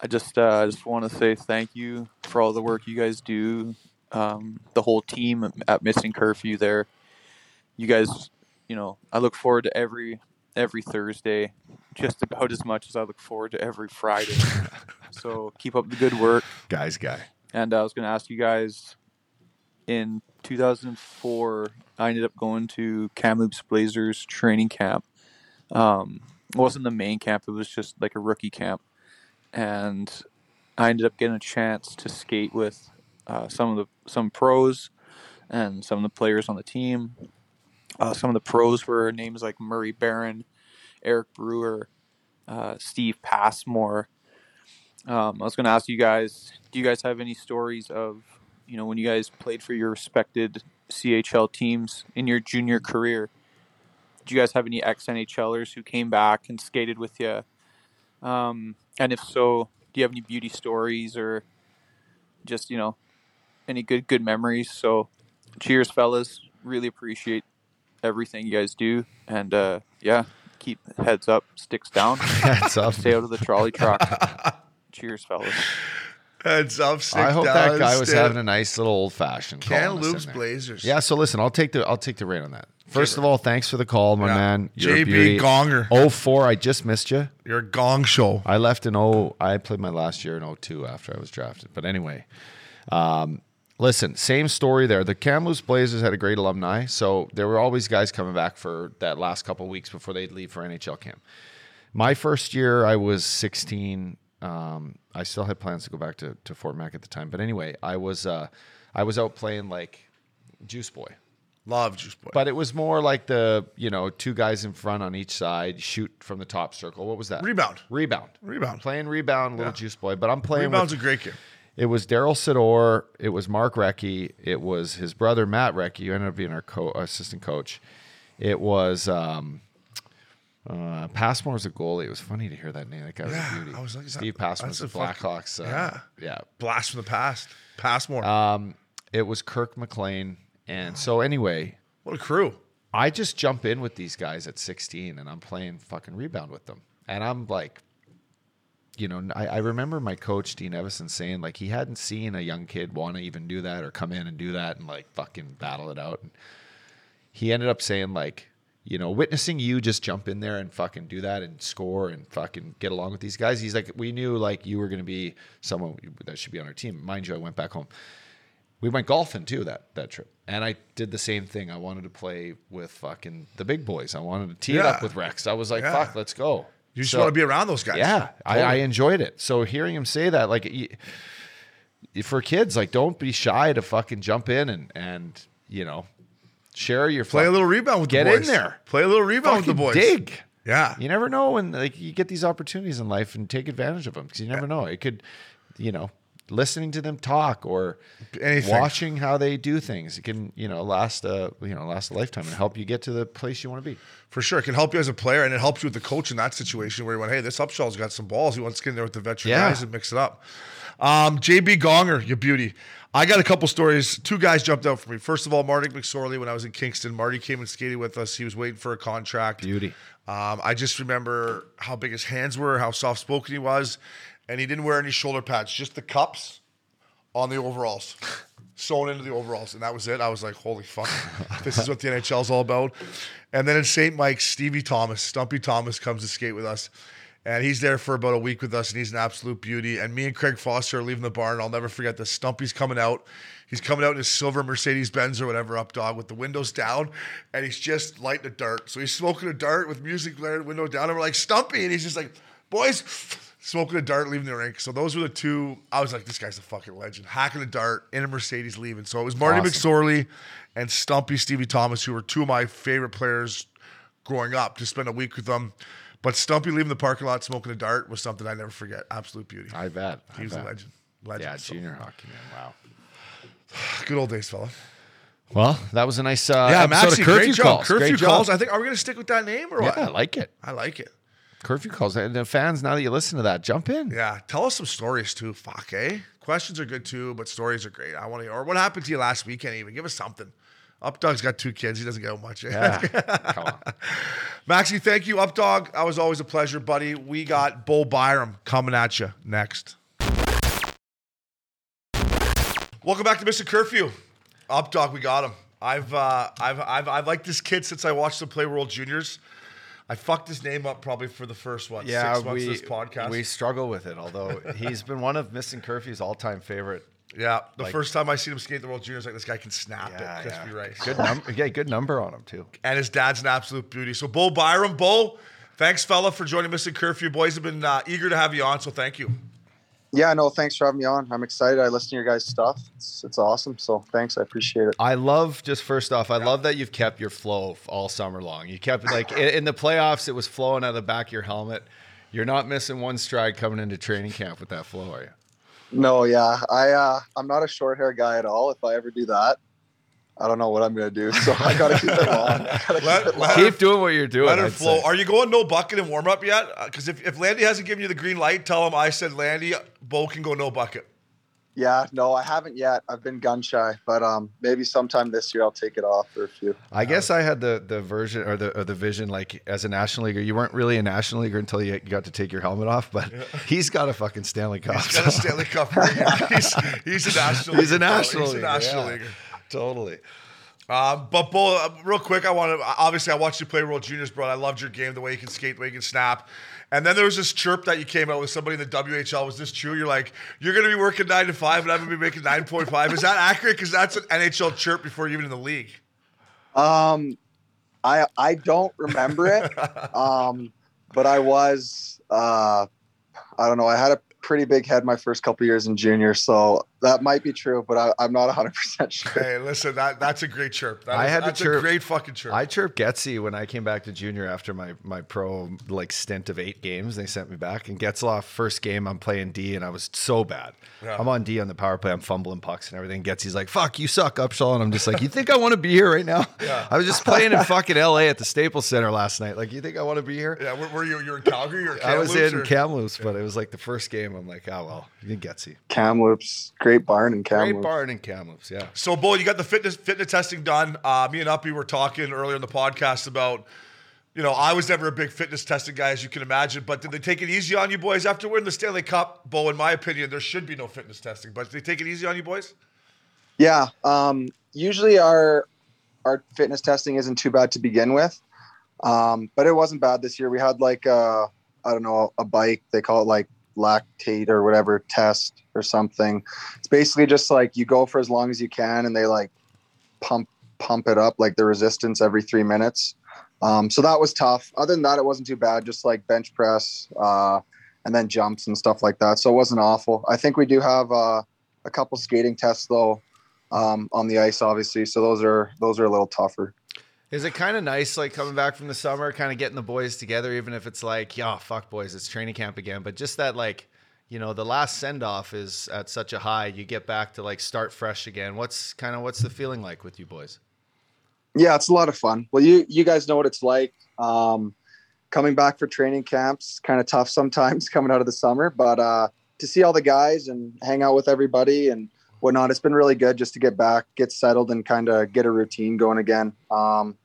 i just uh, just want to say thank you for all the work you guys do um, the whole team at missing curfew there you guys you know i look forward to every every thursday just about as much as i look forward to every friday so keep up the good work Guy's guy. and uh, I was going to ask you guys in 2004, I ended up going to Kamloops Blazers training camp. Um, it wasn't the main camp, it was just like a rookie camp. And I ended up getting a chance to skate with uh, some of the some pros and some of the players on the team. Uh, some of the pros were names like Murray Barron, Eric Brewer, uh, Steve Passmore, um, I was going to ask you guys, do you guys have any stories of, you know, when you guys played for your respected CHL teams in your junior career? Do you guys have any ex NHLers who came back and skated with you? Um, and if so, do you have any beauty stories or just, you know, any good, good memories? So cheers, fellas. Really appreciate everything you guys do. And uh, yeah, keep heads up, sticks down, That's up. stay out of the trolley truck. cheers, fellas. Heads up, six I hope down, that guy was stand- having a nice little old fashioned. Kamloops Blazers. Yeah, so listen, I'll take the I'll take the reign on that. First of all, thanks for the call, my Yeah. man. You're a JB beauty. Gonger. 04, I just missed you. You're a gong show. I left in 0 I played my last year in 02 after I was drafted. But anyway, um, listen, same story there. The Kamloops Blazers had a great alumni, so there were always guys coming back for that last couple weeks before they'd leave for NHL camp. My first year, I was 16. Um, I still had plans to go back to, to Fort Mac at the time, but anyway, I was uh, I was out playing like Juice Boy. Love Juice Boy. But it was more like the you know two guys in front on each side shoot from the top circle. What was that? Rebound. Rebound. Rebound. Playing rebound, little juice boy. But I'm playing. Rebound's With, a great game. It was Daryl Sidor. It was Mark Recchi. It was his brother Matt Recchi, who ended up being our co- assistant coach. It was um, uh, Passmore was a goalie. It was funny to hear that name. That guy was Yeah, a beauty. I was like, is that- Steve Passmore that's was the a fucking- Blackhawks. Uh, yeah. yeah, Blast from the past. Passmore. um, it was Kirk McLean. And so anyway, what a crew. I just jump in with these guys at 16 and I'm playing fucking rebound with them. And I'm like, you know, I, I remember my coach Dean Evison saying like he hadn't seen a young kid want to even do that or come in and do that and like fucking battle it out. And he ended up saying like, you know, witnessing you just jump in there and fucking do that and score and fucking get along with these guys. He's like, we knew like you were going to be someone that should be on our team. Mind you, I went back home we went golfing too that that trip, and I did the same thing. I wanted to play with fucking the big boys. I wanted to tee it up Yeah. with Rex. I was like, Yeah. "Fuck, let's go." You just So- want to be around those guys. Yeah, I, I Totally. enjoyed it. So hearing him say that, like, y- for kids, like, don't be shy to fucking jump in and and you know, share your Play a fuck- little rebound with Get the in boys. there. Play a little rebound with the fucking boys. Dig. Yeah. You never know when like you get these opportunities in life and take advantage of them because you never know. It could, you know, listening to them talk or Anything. watching how they do things. It can you know last a you know last a lifetime and help you get to the place you want to be. For sure. It can help you as a player and it helps you with the coach in that situation where you went, hey, this Upshaw's got some balls. He wants to get in there with the veteran Yeah. guys and mix it up. Um, JB Gonger, you beauty. I got a couple stories. Two guys jumped out for me. First of all, Marty McSorley, when I was in Kingston, Marty came and skated with us. He was waiting for a contract. Beauty. Um, I just remember how big his hands were, how soft spoken he was, and he didn't wear any shoulder pads, just the cups on the overalls, sewn into the overalls. And that was it. I was like, holy fuck, this is what the NHL is all about. And then in St. Mike's, Stevie Thomas, Stumpy Thomas comes to skate with us. And he's there for about a week with us, and he's an absolute beauty. And me and Craig Foster are leaving the barn. I'll never forget this. Stumpy's coming out. He's coming out in his silver Mercedes Benz or whatever up dog with the windows down, and he's just lighting a dart. So he's smoking a dart with music blaring, window down, and we're like, Stumpy. And he's just like, boys, smoking a dart, leaving the rink. So those were the two. I was like, this guy's a fucking legend. Hacking a dart in a Mercedes, leaving. So it was Marty McSorley and Stumpy Stevie Thomas, who were two of my favorite players growing up. To spend a week with them, but Stumpy leaving the parking lot smoking a dart was something I never forget. Absolute beauty. I bet. I he was a bet. legend. Legend. Yeah, So, junior hockey man. Wow. Good old days, fella. Well, that was a nice uh, Yeah, episode Maxie, of curfew great job. calls. Curfew Great job. calls. I think are we gonna stick with that name or yeah, what? I like it. I like it. Curfew calls. And the fans, now that you listen to that, jump in. Yeah, tell us some stories too. Fuck, eh? Questions are good too, but stories are great. I want to hear. Or what happened to you last weekend? Even give us something. Updog's got two kids. He doesn't get much. Yeah. Come on. Maxie, thank you, Updog. That was always a pleasure, buddy. We got Bull Byram coming at you next. Welcome back to Mr. Curfew. Updog, we got him. I've uh, I've I've I've liked this kid since I watched him play World Juniors. I fucked his name up probably for the first one. Yeah, six months we of this podcast. we struggle with it. Although he's been one of Missing Curfew's all-time favorite. Yeah, the Like- first time I seen him skate the World Juniors, like this guy can snap Yeah, it, crispy yeah. rice. Good number. Yeah, good number on him too. And his dad's an absolute beauty. So, Bo Byram, Bo, thanks, fella, for joining us in curfew. Boys have been uh, eager to have you on, so thank you. Yeah, no, thanks for having me on. I'm excited. I listen to your guys' stuff. It's, it's awesome. So thanks. I appreciate it. I love just first off, I love that you've kept your flow f- all summer long. You kept like in, in the playoffs, it was flowing out of the back of your helmet. You're not missing one stride coming into training camp with that flow, are you? No, yeah, I uh, I'm not a short hair guy at all. If I ever do that, I don't know what I'm gonna do. So I gotta keep it long. I gotta keep it Let, long. let her, Keep doing what you're doing. let her I'd flow. say. Are you going no bucket in warm up yet? Because if, if Landy hasn't given you the green light, tell him I said Landy, Bo can go no bucket. Yeah, no, I haven't yet. I've been gun shy, but um, maybe sometime this year I'll take it off for a few. I guess I had the the version or the or the vision like as a national leaguer. You weren't really a national leaguer until you got to take your helmet off. But he's got a fucking Stanley Cup. He's got a Stanley Cup ring. He's, he's a national He's a leaguer, fella. national He's a leaguer, national yeah. leaguer. totally. Um, but Bull, uh, real quick, I want to obviously I watched you play World Juniors, bro. and I loved your game, the way you can skate, the way you can snap. And then there was this chirp that you came out with somebody in the WHL. Was this true? You're like, you're going to be working nine to five, and I'm going to be making nine point five. Is that accurate? Because that's an NHL chirp before you're even in the league. Um, I I don't remember it. um, but I was uh, I don't know. I had a pretty big head my first couple years in junior, so that might be true, but I, I'm not 100 percent sure. Hey, listen, that that's a great chirp. That I is- had to that's a chirp. great fucking chirp. I chirped Getzey when I came back to junior after my my pro like stint of eight games. They sent me back, and Getzloff first game I'm playing D, and I was so bad. Yeah. I'm on D on the power play. I'm fumbling pucks and everything. Getzey's like, "Fuck, you suck, Upshaw," and I'm just like, "You think I want to be here right now? I was just playing in fucking L.A. at the Staples Center last night. Like, you think I want to be here?" yeah, were, were you you're in Calgary or I was Kamloops in or- Kamloops, but it was like the first game. I'm like, "Oh well, you can Getzey." Kamloops, great barn in Great Kamloops. barn in Kamloops, yeah. So, Bull, you got the fitness fitness testing done. Uh, me and Uppy were talking earlier in the podcast about, you know, I was never a big fitness testing guy, as you can imagine. But did they take it easy on you boys after winning the Stanley Cup? Bo, in my opinion, there should be no fitness testing. But did they take it easy on you boys? Yeah. Um, usually our our fitness testing isn't too bad to begin with, um, but it wasn't bad this year. We had like I I don't know a bike. They call it like lactate or whatever test or something. It's basically just like you go for as long as you can, and they like pump pump it up like the resistance every three minutes. Um, so that was tough. Other than that, it wasn't too bad. Just like bench press uh, and then jumps and stuff like that. So it wasn't awful. I think we do have uh, a couple skating tests though um, on the ice, obviously. So those are those are a little tougher. Is it kind of nice, like coming back from the summer, kind of getting the boys together, even if it's like, yeah, fuck, boys, it's training camp again. But just that, like, you know, the last send off is at such a high. You get back to like start fresh again. What's kind of what's the feeling like with you boys? Yeah, it's a lot of fun. Well, you you guys know what it's like. Um, coming back for training camps, kind of tough sometimes coming out of the summer, but uh, to see all the guys and hang out with everybody and whatnot, it's been really good just to get back, get settled, and kind of get a routine going again. Um,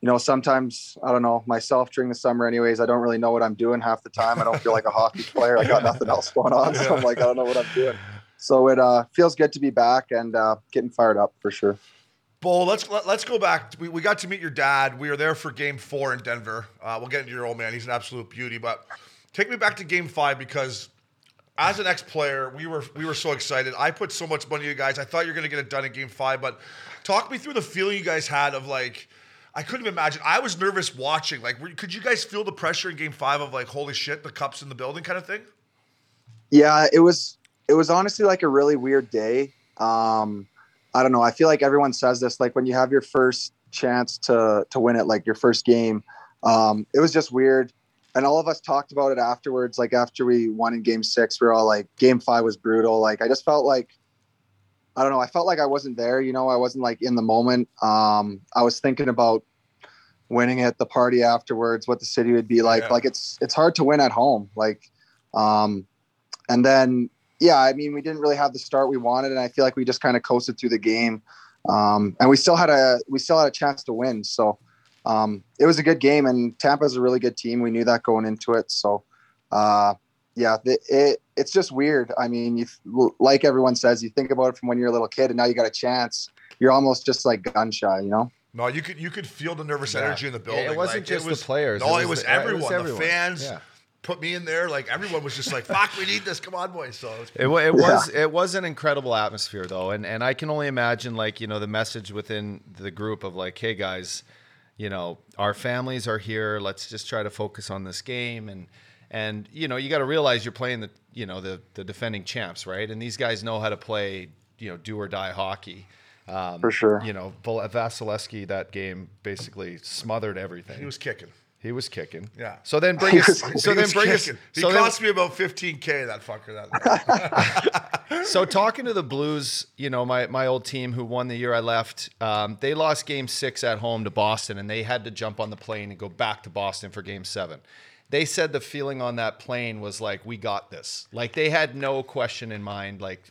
you know, sometimes I don't know myself during the summer. Anyways, I don't really know what I'm doing half the time. I don't feel like a hockey player. I got nothing else going on, so I'm like, I don't know what I'm doing. So it uh, feels good to be back and uh, getting fired up for sure. Bo, let's let, let's go back. We, we got to meet your dad. We were there for Game Four in Denver. Uh, we'll get into your old man. He's an absolute beauty. But take me back to Game Five because as an ex-player, we were we were so excited. I put so much money, you guys. I thought you were going to get it done in Game Five, but talk me through the feeling you guys had of like. I couldn't even imagine. I was nervous watching. Like, were, could you guys feel the pressure in Game Five of like, holy shit, the cups in the building, kind of thing? yeah it was it was honestly like a really weird day um i don't know i feel like everyone says this like when you have your first chance to to win it like your first game um it was just weird and all of us talked about it afterwards like after we won in game six we were all like game five was brutal like i just felt like i don't know i felt like i wasn't there you know i wasn't like in the moment um i was thinking about winning at the party afterwards what the city would be like Yeah. like it's it's hard to win at home like um and then yeah i mean we didn't really have the start we wanted and i feel like we just kind of coasted through the game um, and we still had a we still had a chance to win so um, it was a good game and tampa's a really good team we knew that going into it so uh, yeah the, it, it's just weird i mean you like everyone says you think about it from when you're a little kid and now you got a chance you're almost just like gun shy you know No, you could you could feel the nervous energy in the building. It wasn't Like, just was- the players. No, it was, the- everyone. everyone. The fans Yeah. put me in there. Like everyone was just like, "Fuck, we need this. Come on, boys." So it's It, wa- it was it was an incredible atmosphere though, and and I can only imagine like you know the message within the group of like, hey guys, you know our families are here. Let's just try to focus on this game, and and you know you got to realize you're playing the you know the the defending champs, right? And these guys know how to play you know do or die hockey. Um, For sure. You know Vol- Vasilevsky that game basically smothered everything. he was kicking. He was kicking. Yeah. So then bring us. was- so he then was bring kicking. us. He so then- cost me about fifteen k. That fucker. That so talking to the Blues, you know, my my old team who won the year I left, um, they lost Game Six at home to Boston, and they had to jump on the plane and go back to Boston for Game Seven. They said the feeling on that plane was like, "We got this." Like they had no question in mind. Like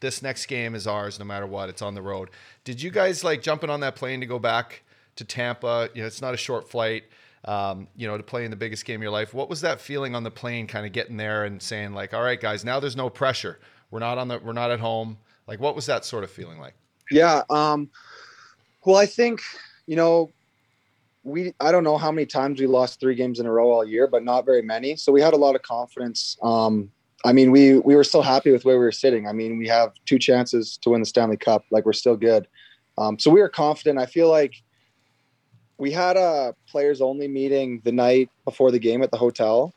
this next game is ours, no matter what. It's on the road. Did you guys like jumping on that plane to go back to Tampa? You know, it's not a short flight. Um, you know, to play in the biggest game of your life. What was that feeling on the plane, kind of getting there and saying like, "All right, guys, now there's no pressure. We're not on the. We're not at home." Like, what was that sort of feeling like? Yeah. Um, well, I think, you know, we, I don't know how many times we lost three games in a row all year, but not very many. So we had a lot of confidence. Um, I mean, we, we were still happy with where we were sitting. I mean, we have two chances to win the Stanley Cup. Like we're still good. Um, so we were confident. I feel like we had a players only meeting the night before the game at the hotel.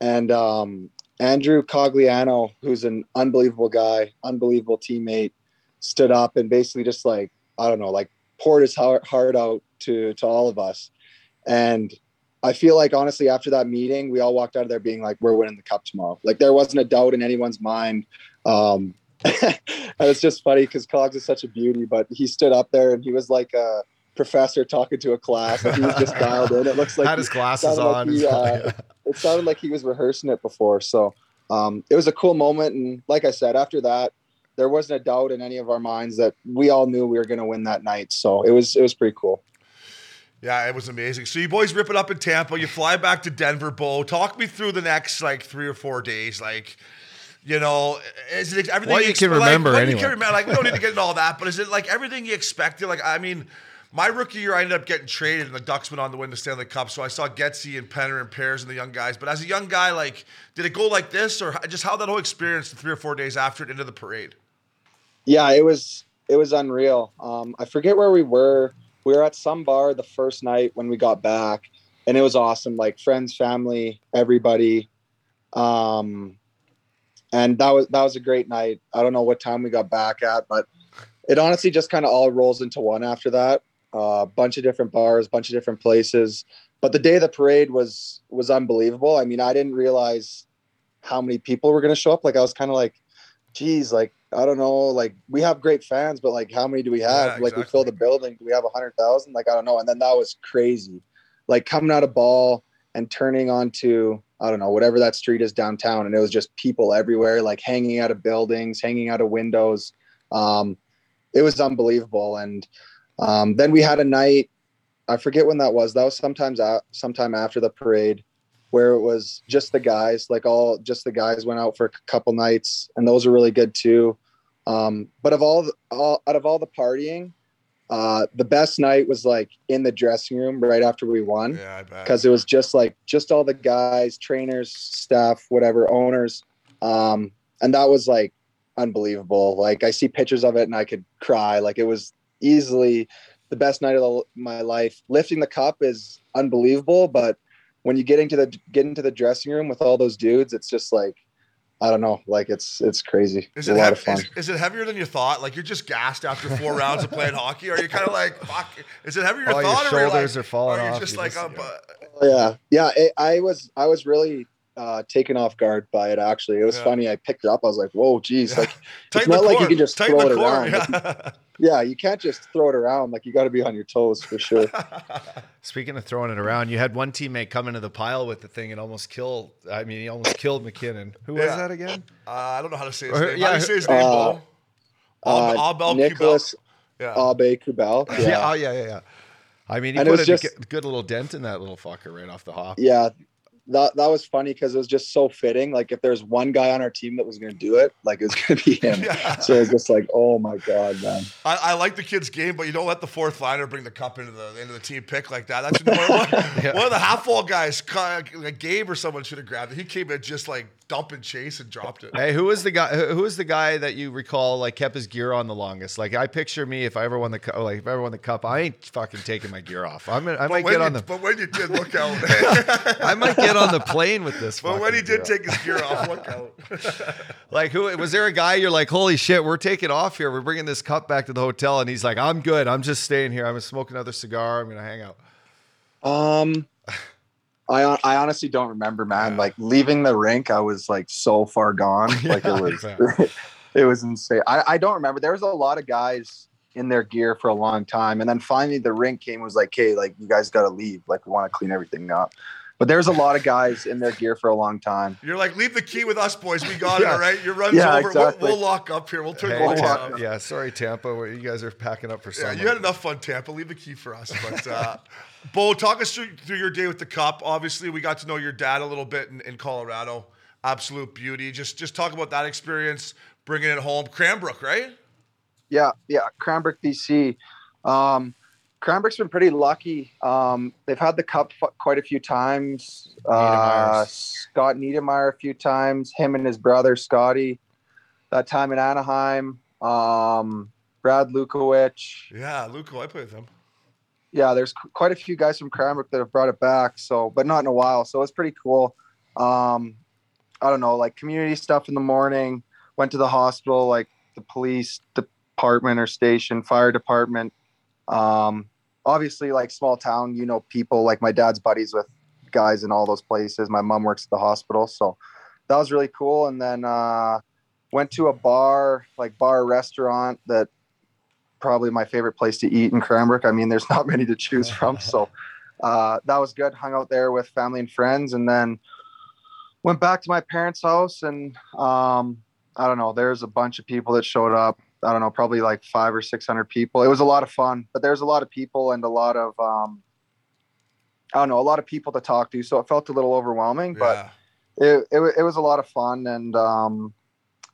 And um, Andrew Cogliano, who's an unbelievable guy, unbelievable teammate, stood up and basically just like I don't know, like poured his heart, heart out to to all of us. And I feel like honestly, after that meeting, we all walked out of there being like, "We're winning the cup tomorrow." Like there wasn't a doubt in anyone's mind. Um, and it's just funny because Cogs is such a beauty, but he stood up there and he was like a professor talking to a class. Like, he was just dialed in. It looks like Had his he- glasses sounded like on. he, uh, it sounded like he was rehearsing it before. So um, it was a cool moment. And like I said, after that, there wasn't a doubt in any of our minds that we all knew we were going to win that night. So it was it was pretty cool. Yeah, it was amazing. So you boys rip it up in Tampa. You fly back to Denver, Bo. Talk me through the next like three or four days, like. You know, is it everything What you ex- can like, remember What you anyway. can remember, like we don't need to get into all that, but is it like everything you expected? Like, I mean, my rookie year, I ended up getting traded, and the Ducks went on to win the Stanley Cup. So I saw Getzey and Penner and Pears and the young guys. But as a young guy, like, did it go like this, or h- just how that whole experience, the three or four days after it, into the parade? Yeah, it was it was unreal. Um, I forget where we were. We were at some bar the first night when we got back, and it was awesome. Like friends, family, everybody. Um, and that was that was a great night. I don't know what time we got back at, but it honestly just kind of all rolls into one after that. A bunch of different bars, bunch of different places. But the day of the parade was was unbelievable. I mean, I didn't realize how many people were going to show up. Like I was kind of like, geez, like I don't know, like we have great fans, but like how many do we have? Yeah, Like we exactly. fill the building, do we have a hundred thousand? Like I don't know. And then that was crazy, like coming out of ball and turning onto I don't know whatever that street is downtown, and it was just people everywhere, like hanging out of buildings, hanging out of windows. Um, it was unbelievable, and um, then we had a night. I forget when that was. That was sometimes out, sometime after the parade where it was just the guys, like all just the guys went out for a couple nights, and those were really good too. Um, but of all, the- all out of all the partying, uh, the best night was like in the dressing room right after we won Yeah, I bet. because it was just like just all the guys, trainers, staff, whatever, owners, um, and that was like unbelievable. Like I see pictures of it and I could cry. Like it was easily the best night of the, my life. Lifting the cup is unbelievable, but when you get into the get into the dressing room with all those dudes, it's just like I don't know, like it's it's crazy. Is It's a it, lot heav- of fun. Is, is it heavier than you thought? Like you're just gassed after four rounds of playing hockey? Are you kind of like, fuck? Is it heavier than All you your thought? or you're shoulders like- are falling or you're off. Just You're like, just- oh, up, uh, yeah yeah it, i was i was really uh taken off guard by it actually it was Yeah. funny i picked it up i was like whoa geez like tighten not the like you cord, can just tighten throw the it cord, Uh, around. yeah you can't just throw it around like you got to be on your toes for sure yeah. Speaking of throwing it around, you had one teammate come into the pile with the thing and almost killed. I mean, he almost killed McKinnon. Who was Yeah. that again? uh, I don't know how to say his Or- name. how yeah, do you say his name, uh, Bo? uh, Al- Abel Kubel? nicholas Yeah. abe kubel Yeah. yeah Oh yeah, yeah, yeah. I mean, he And it put a was just- g- good little dent in that little fucker right off the hop. yeah that, that was funny because it was just so fitting like if there's one guy on our team that was going to do it like it was going to be him Yeah. so it was just like oh my god man I, I like the kid's game, but you don't let the fourth liner bring the cup into the into the team pick like that. That's one, one, one of the half wall guys, ca- like Gabe or someone should have grabbed it. He came in just like dump and chase and dropped it. Hey, who was the guy? Who who was the guy that you recall like kept his gear on the longest? Like I picture me if I ever won the cup, like if I ever won the cup, I ain't fucking taking my gear off. I'm gonna, I might when get you, on the but when you did, look out. I might get on the plane with this. but when fucking he gear did off. take his gear off, look out. Like who was there a guy you're like, holy shit, we're taking off here. We're bringing this cup back to the hotel, and he's like, I'm good. I'm just staying here. I'm gonna smoke another cigar. I'm gonna hang out. Um, I hon- I honestly don't remember, man. Like leaving the rink, I was like so far gone. Like it was, it was insane. I I don't remember. There was a lot of guys in their gear for a long time, and then finally the rink came. and Was like, hey, like you guys got to leave. Like we want to clean everything up. But there's a lot of guys in their gear for a long time. You're like, leave the key with us, boys. We got it, Yeah. all right? Your run's Yeah, over. exactly. We'll, we'll lock up here. We'll turn Hey, the lights Tampa. off. Tam- yeah, sorry, Tampa. where You guys are packing up for Yeah, summer. you had enough fun, Tampa. Leave the key for us. But uh, Bo, talk us through, through your day with the Cup. Obviously, we got to know your dad a little bit in, in Colorado. Absolute beauty. Just just talk about that experience, bringing it home. Cranbrook, right? Yeah, yeah, Cranbrook, BC. Um, Cranbrook's been pretty lucky. Um, they've had the cup f- quite a few times. Uh, Scott Niedermeyer a few times. Him and his brother Scotty. That time in Anaheim. Um, Brad Lukowicz. Yeah, Luco, I played with him. Yeah, there's qu- quite a few guys from Cranbrook that have brought it back. So, but not in a while. So it's pretty cool. Um, I don't know, like community stuff in the morning, went to the hospital, like the police department or station, fire department. Um, obviously, like small town, you know, people like my dad's buddies with guys in all those places. My mom works at the hospital. So that was really cool. And then uh, went to a bar, like bar restaurant that probably my favorite place to eat in Cranbrook. I mean, there's not many to choose from. So uh, that was good. Hung out there with family and friends. And then went back to my parents' house and um, I don't know, there's a bunch of people that showed up. I don't know, probably like five or six hundred people. It was a lot of fun, but there's a lot of people and a lot of um, I don't know, a lot of people to talk to. So it felt a little overwhelming, but Yeah. it, it, wa- it was a lot of fun. And um,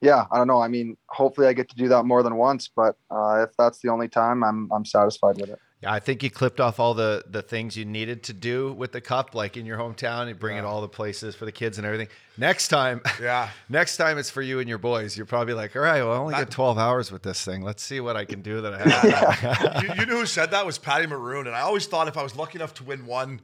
yeah, I don't know. I mean, hopefully I get to do that more than once, but uh, if that's the only time, I'm, I'm satisfied with it. Yeah, I think you clipped off all the the things you needed to do with the cup, like in your hometown, and bring it all the places for the kids and everything. Next time, Yeah. next time it's for you and your boys. You're probably like, all right, well, I only get 12 hours with this thing. Let's see what I can do that I have. you, you knew who said that was Patty Maroon, and I always thought if I was lucky enough to win one,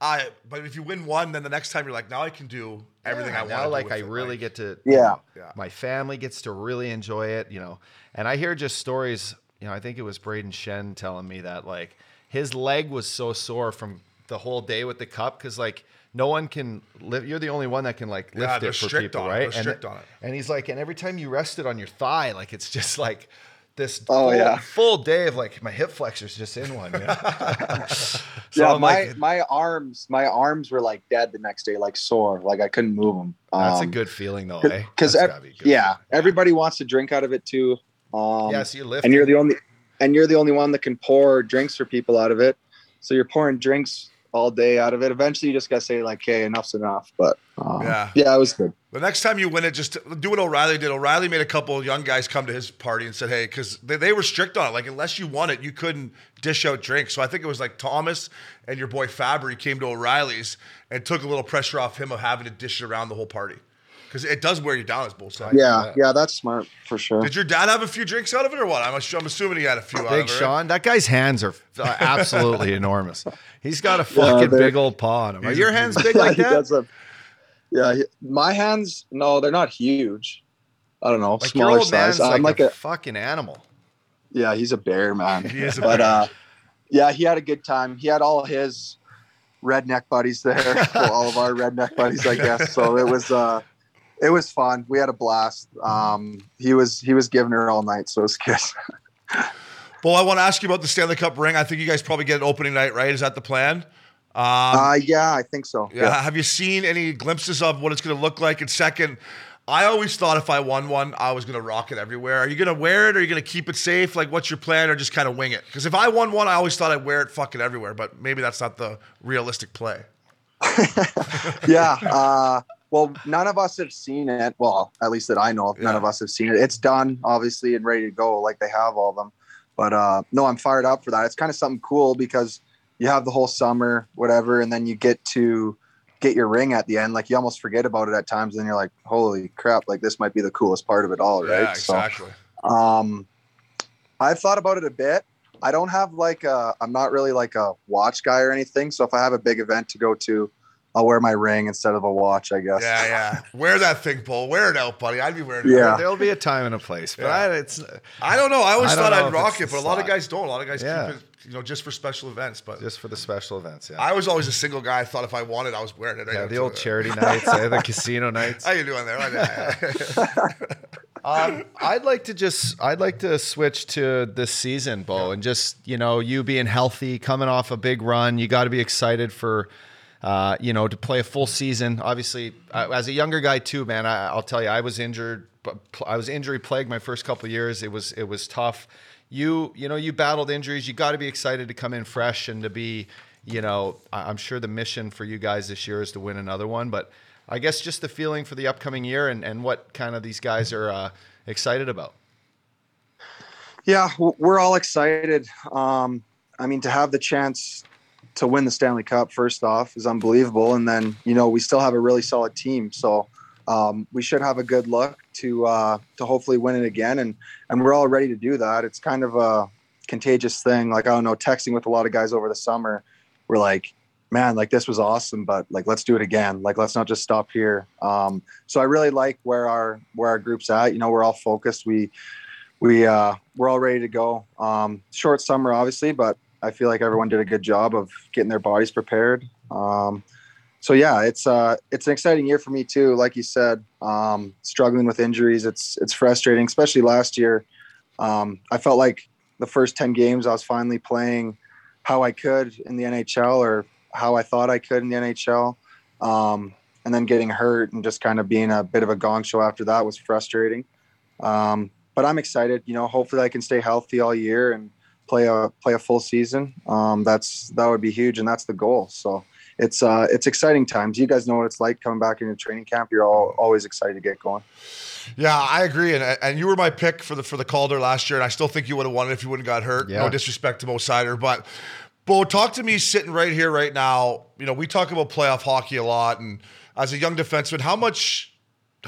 I. But if you win one, then the next time you're like, now I can do everything I want. now, to like do I with it, really like- get to. Yeah. Yeah. my family gets to really enjoy it, you know. And I hear just stories, you know, I think it was Braden Shen telling me that like his leg was so sore from the whole day with the cup cuz like no one can lift you're the only one that can like Yeah, lift they're it for strict people, on it. right? They're strict and, on it. And he's like and every time you rest it on your thigh, like it's just like this Oh, full, yeah. full day of like my hip flexors just in one. Yeah, so yeah, I'm my, like my arms, my arms were like dead the next day, like sore, like I couldn't move them. that's a good feeling though, eh? um, 'cause That's ev- gotta be a good yeah, feeling. everybody wants to drink out of it too. Um, yeah, so you lift and you're the only and you're the only one that can pour drinks for people out of it so you're pouring drinks all day out of it eventually you just gotta say like hey enough's enough but um, Yeah. yeah it was good The next time you win it, just do what O'Reilly did. O'Reilly made a couple of young guys come to his party and said, "Hey," because they, they were strict on it. Like unless you won it, you couldn't dish out drinks. So I think it was like Thomas and your boy Fabry came to O'Reilly's and took a little pressure off him of having to dish it around the whole party because it does wear you down as both sides. yeah yeah that's smart for sure Did your dad have a few drinks out of it or what? I'm, assu- I'm assuming he had a few out Big of it. right? Sean, that guy's hands are uh, absolutely enormous. He's got a fucking they're- big old paw on him. Are your hands big like He that? does have- yeah he- my hands no they're not huge i don't know Like your smaller old man's size i'm like, like a, a fucking animal. yeah he's a bear man He is a but bear. uh yeah he had a good time he had all his redneck buddies there well, all of our redneck buddies i guess so it was uh it was fun we had a blast um he was he was giving her all night so it was good Well, I want to ask you about the Stanley Cup ring. I think you guys probably get an opening night, right? Is that the plan? Um, uh yeah i think so yeah. Have you seen any glimpses of what it's going to look like? And second, I always thought if I won one, I was going to rock it everywhere. Are you going to wear it? Or are you going to keep it safe? Like, what's your plan, or just kind of wing it? Because if I won one, I always thought I'd wear it fucking everywhere. But maybe that's not the realistic play. yeah. Uh, well, none of us have seen it. Well, at least that I know, of, none Yeah. of us have seen it. It's done, obviously, and ready to go, like they have all of them. But uh, no, I'm fired up for that. It's kind of something cool because you have the whole summer, whatever, and then you get to get your ring at the end. Like you almost forget about it at times, and you're like, "Holy crap! Like this might be the coolest part of it all, right?" Yeah, exactly. So, um, I've thought about it a bit. I don't have like a, I'm not really like a watch guy or anything. So if I have a big event to go to, I'll wear my ring instead of a watch, I guess. Yeah, yeah. Wear that thing, Paul. Wear it out, buddy. I'd be wearing it. Yeah. out. There'll be a time and a place, but Yeah. I, it's I don't know. I always I don't thought know I'd if rock it's it, but the a lot of slot. guys don't. A lot of guys Yeah. keep it, you know, just for special events. But just for the special events. Yeah, I was always a single guy. I thought if I wanted, I was wearing it. I yeah gotta the tell old you that. charity nights, eh, the casino nights. How you doing there? Yeah, yeah. Um, I'd like to just I'd like to switch to this season, Bo, and just you know you being healthy, coming off a big run, you got to be excited for. Uh, you know, to play a full season. Obviously, I, as a younger guy too, man, I, I'll tell you, I was injured. but pl- I was injury plagued my first couple of years. It was it was tough. You you know you battled injuries. You got to be excited to come in fresh and to be. You know, I- I'm sure the mission for you guys this year is to win another one, but I guess just the feeling for the upcoming year and, and what kind of these guys are uh, excited about. Yeah, w- we're all excited. Um, I mean, to have the chance to win the Stanley Cup, first off, is unbelievable. And then, you know, we still have a really solid team. So um, we should have a good look to uh, to hopefully win it again. And, and we're all ready to do that. It's kind of a contagious thing. Like, I don't know, texting with a lot of guys over the summer, we're like, man, like this was awesome, but like let's do it again. Like let's not just stop here. Um, so I really like where our where our group's at. You know, we're all focused. We we uh, we're all ready to go. Um, short summer, obviously, but I feel like everyone did a good job of getting their bodies prepared. Um, so yeah, it's uh, it's an exciting year for me too. Like you said, um, struggling with injuries, it's it's frustrating, especially last year. Um, I felt like the first ten games I was finally playing how I could in the NHL or how I thought I could in the NHL, um, and then getting hurt and just kind of being a bit of a gong show after that was frustrating. Um, but I'm excited, you know. Hopefully, I can stay healthy all year and play a play a full season. Um, that's that would be huge, and that's the goal. So it's uh, it's exciting times. You guys know what it's like coming back into training camp. You're all always excited to get going. Yeah, I agree, and and you were my pick for the for the Calder last year, and I still think you would have won it if you wouldn't got hurt. No Yeah. disrespect to Mo Sider, but Bo, talk to me sitting right here right now. You know, we talk about playoff hockey a lot, and as a young defenseman, how much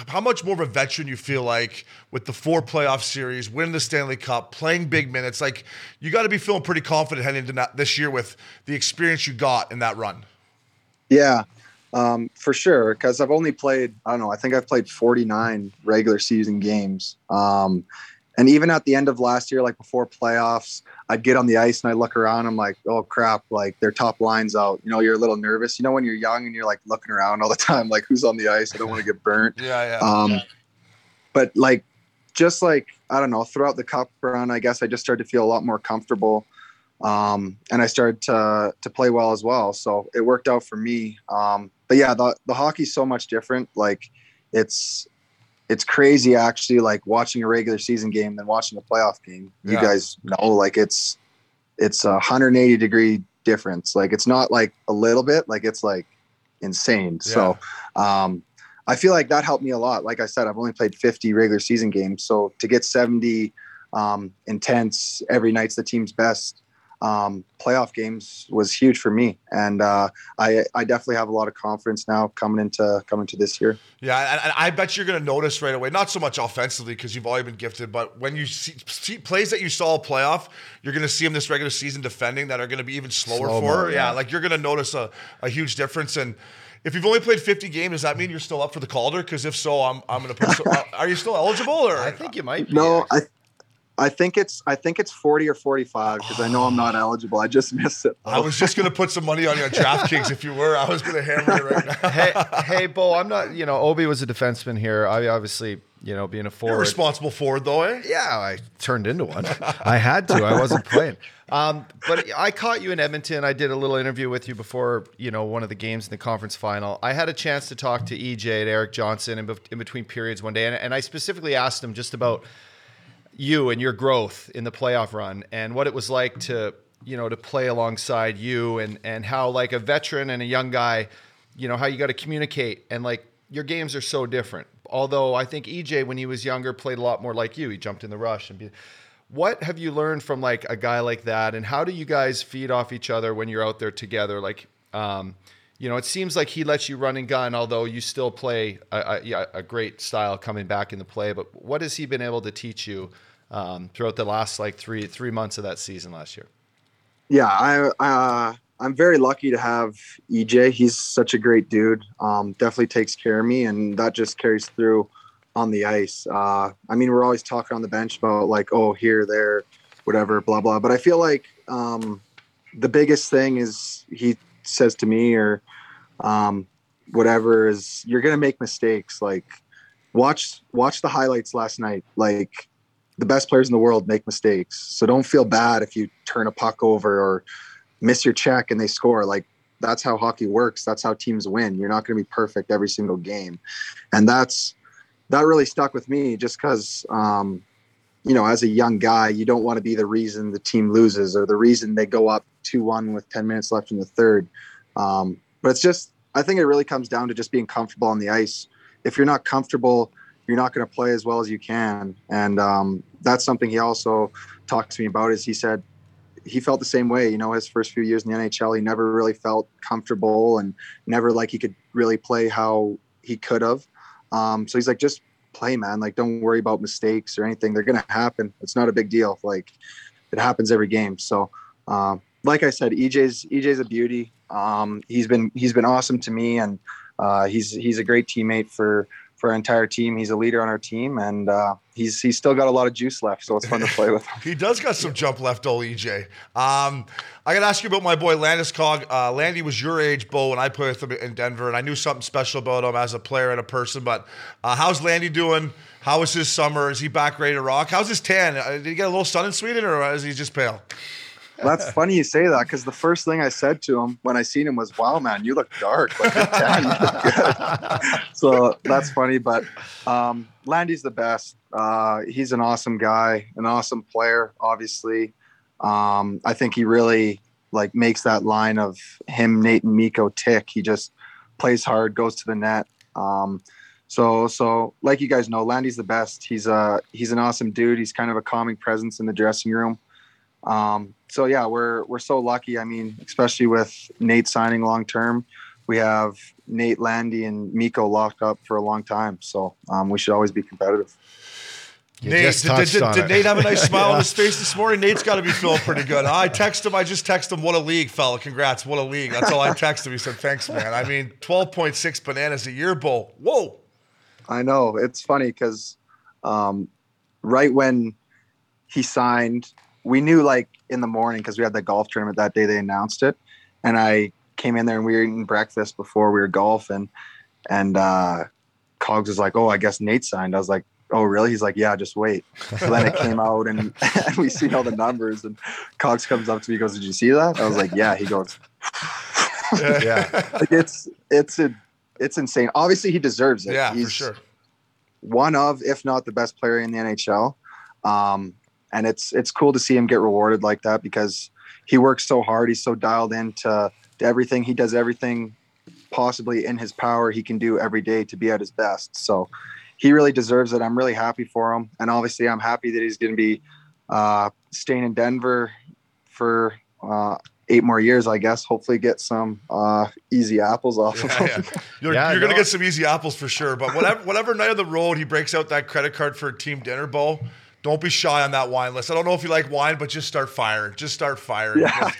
how much more of a veteran you feel like with the four playoff series, winning the Stanley Cup, playing big minutes? Like you got to be feeling pretty confident heading into that, this year with the experience you got in that run. Yeah, um, for sure. Because I've only played, I don't know, I think I've played 49 regular season games. Um, and even at the end of last year, like before playoffs, I'd get on the ice and I look around. I'm like, oh crap, like their top line's out. You know, you're a little nervous. You know, when you're young and you're like looking around all the time, like who's on the ice? I don't want to get burnt. Yeah, Um, but like, just like I don't know, throughout the cup run, I guess I just started to feel a lot more comfortable, um, and I started to to play well as well. So it worked out for me. Um, but yeah, the the hockey's so much different. Like, it's it's crazy actually. Like watching a regular season game than watching a playoff game. You Yeah. guys know, like it's it's a 180 degree difference. Like it's not like a little bit. Like it's like insane. So. Um, I feel like that helped me a lot. Like I said, I've only played 50 regular season games, so to get 70 um, intense every night's the team's best um, playoff games was huge for me, and uh, I I definitely have a lot of confidence now coming into coming to this year. Yeah, and, and I bet you're going to notice right away. Not so much offensively because you've already been gifted, but when you see, see plays that you saw playoff, you're going to see them this regular season defending that are going to be even slower Slow-mo, for. her. Yeah. yeah. like you're going to notice a, a huge difference. And if you've only played 50 games, does that mean you're still up for the Calder? Because if so, I'm I'm going to put. So, are you still eligible? Or I think you might be. No, I I think it's I think it's 40 or 45 because I know I'm not eligible. I just missed it. I was just going to put some money on you on DraftKings if you were. I was going to hammer it right now. hey, hey, Bo, I'm not, you know, Obi was a defenseman here. I obviously, you know, being a You're a forward. responsible forward though, eh? yeah, I turned into one. I had to. I wasn't playing. Um, but I caught you in Edmonton. I did a little interview with you before, you know, one of the games in the conference final. I had a chance to talk to EJ and Eric Johnson in, bef- in between periods one day, and, and I specifically asked them just about you and your growth in the playoff run and what it was like to you know to play alongside you and and how like a veteran and a young guy you know how you got to communicate and like your games are so different although i think ej when he was younger played a lot more like you he jumped in the rush and be, what have you learned from like a guy like that and how do you guys feed off each other when you're out there together like um you know it seems like he lets you run and gun although you still play a, a, yeah, a great style coming back in the play but what has he been able to teach you um, throughout the last like three three months of that season last year yeah i uh, i'm very lucky to have ej he's such a great dude um, definitely takes care of me and that just carries through on the ice uh, i mean we're always talking on the bench about like oh here there whatever blah blah but i feel like um, the biggest thing is he says to me or um, whatever is you're gonna make mistakes like watch watch the highlights last night like the best players in the world make mistakes so don't feel bad if you turn a puck over or miss your check and they score like that's how hockey works that's how teams win you're not going to be perfect every single game and that's that really stuck with me just because um, you know as a young guy you don't want to be the reason the team loses or the reason they go up 2-1 with 10 minutes left in the third um, but it's just i think it really comes down to just being comfortable on the ice if you're not comfortable you're not going to play as well as you can and um, that's something he also talked to me about is he said he felt the same way you know his first few years in the nhl he never really felt comfortable and never like he could really play how he could have um, so he's like just play man like don't worry about mistakes or anything they're gonna happen it's not a big deal E like it happens every game so um, like i said ej's ej's a beauty Um, he's been he's been awesome to me, and uh, he's he's a great teammate for for our entire team. He's a leader on our team, and uh, he's he's still got a lot of juice left, so it's fun to play with. him. He does got some jump left, old EJ. Um, I got to ask you about my boy Landis Cog. Uh, Landy was your age, Bo, when I played with him in Denver, and I knew something special about him as a player and a person. But uh, how's Landy doing? How was his summer? Is he back ready to rock? How's his tan? Uh, Did he get a little sun in Sweden, or is he just pale? That's funny you say that because the first thing I said to him when I seen him was, "Wow, man, you look dark." Like you're tan, you look good." so that's funny, but um, Landy's the best. Uh, he's an awesome guy, an awesome player. Obviously, um, I think he really like makes that line of him, Nate, and Miko tick. He just plays hard, goes to the net. Um, so, so like you guys know, Landy's the best. He's a he's an awesome dude. He's kind of a calming presence in the dressing room. Um, so yeah, we're we're so lucky. I mean, especially with Nate signing long term, we have Nate Landy and Miko locked up for a long time. So um, we should always be competitive. Nate, just did, touched did- on did it. Nate have a nice smile on his face this morning? Nate's got to be feeling pretty good. I text him. I just text him. What a league, fella! Congrats. What a league. That's all I text him. He said, "Thanks, man." I mean, twelve point six bananas a year bowl. Whoa. I know it's funny because um, right when he signed, we knew like in the morning because we had the golf tournament that day. They announced it, and I came in there and we were eating breakfast before we were golfing, and uh, Cogs was like, "Oh, I guess Nate signed." I was like. Oh really? He's like, yeah. Just wait. So then it came out, and, and we see all the numbers. And Cogs comes up to me, goes, "Did you see that?" I was like, "Yeah." He goes, Yeah. like, "It's it's a, it's insane." Obviously, he deserves it. Yeah, for He's- sure. one of, if not the best player in the NHL. Um, and it's it's cool to see him get rewarded like that because he works so hard. He's so dialed into to everything. He does everything possibly in his power he can do every day to be at his best. So he really deserves it. I'm really happy for him, and obviously I'm happy that he's going to be uh, staying in Denver for uh, eight more years. I guess hopefully get some uh, easy apples off of Yeah, him. yeah. You're, Yeah, you're gonna no. get some easy apples for sure. But whatever, whatever night of the road he breaks out that credit card for a team dinner bowl, don't be shy on that wine list. I don't know if you like wine, but just start firing. Just start firing. Yeah.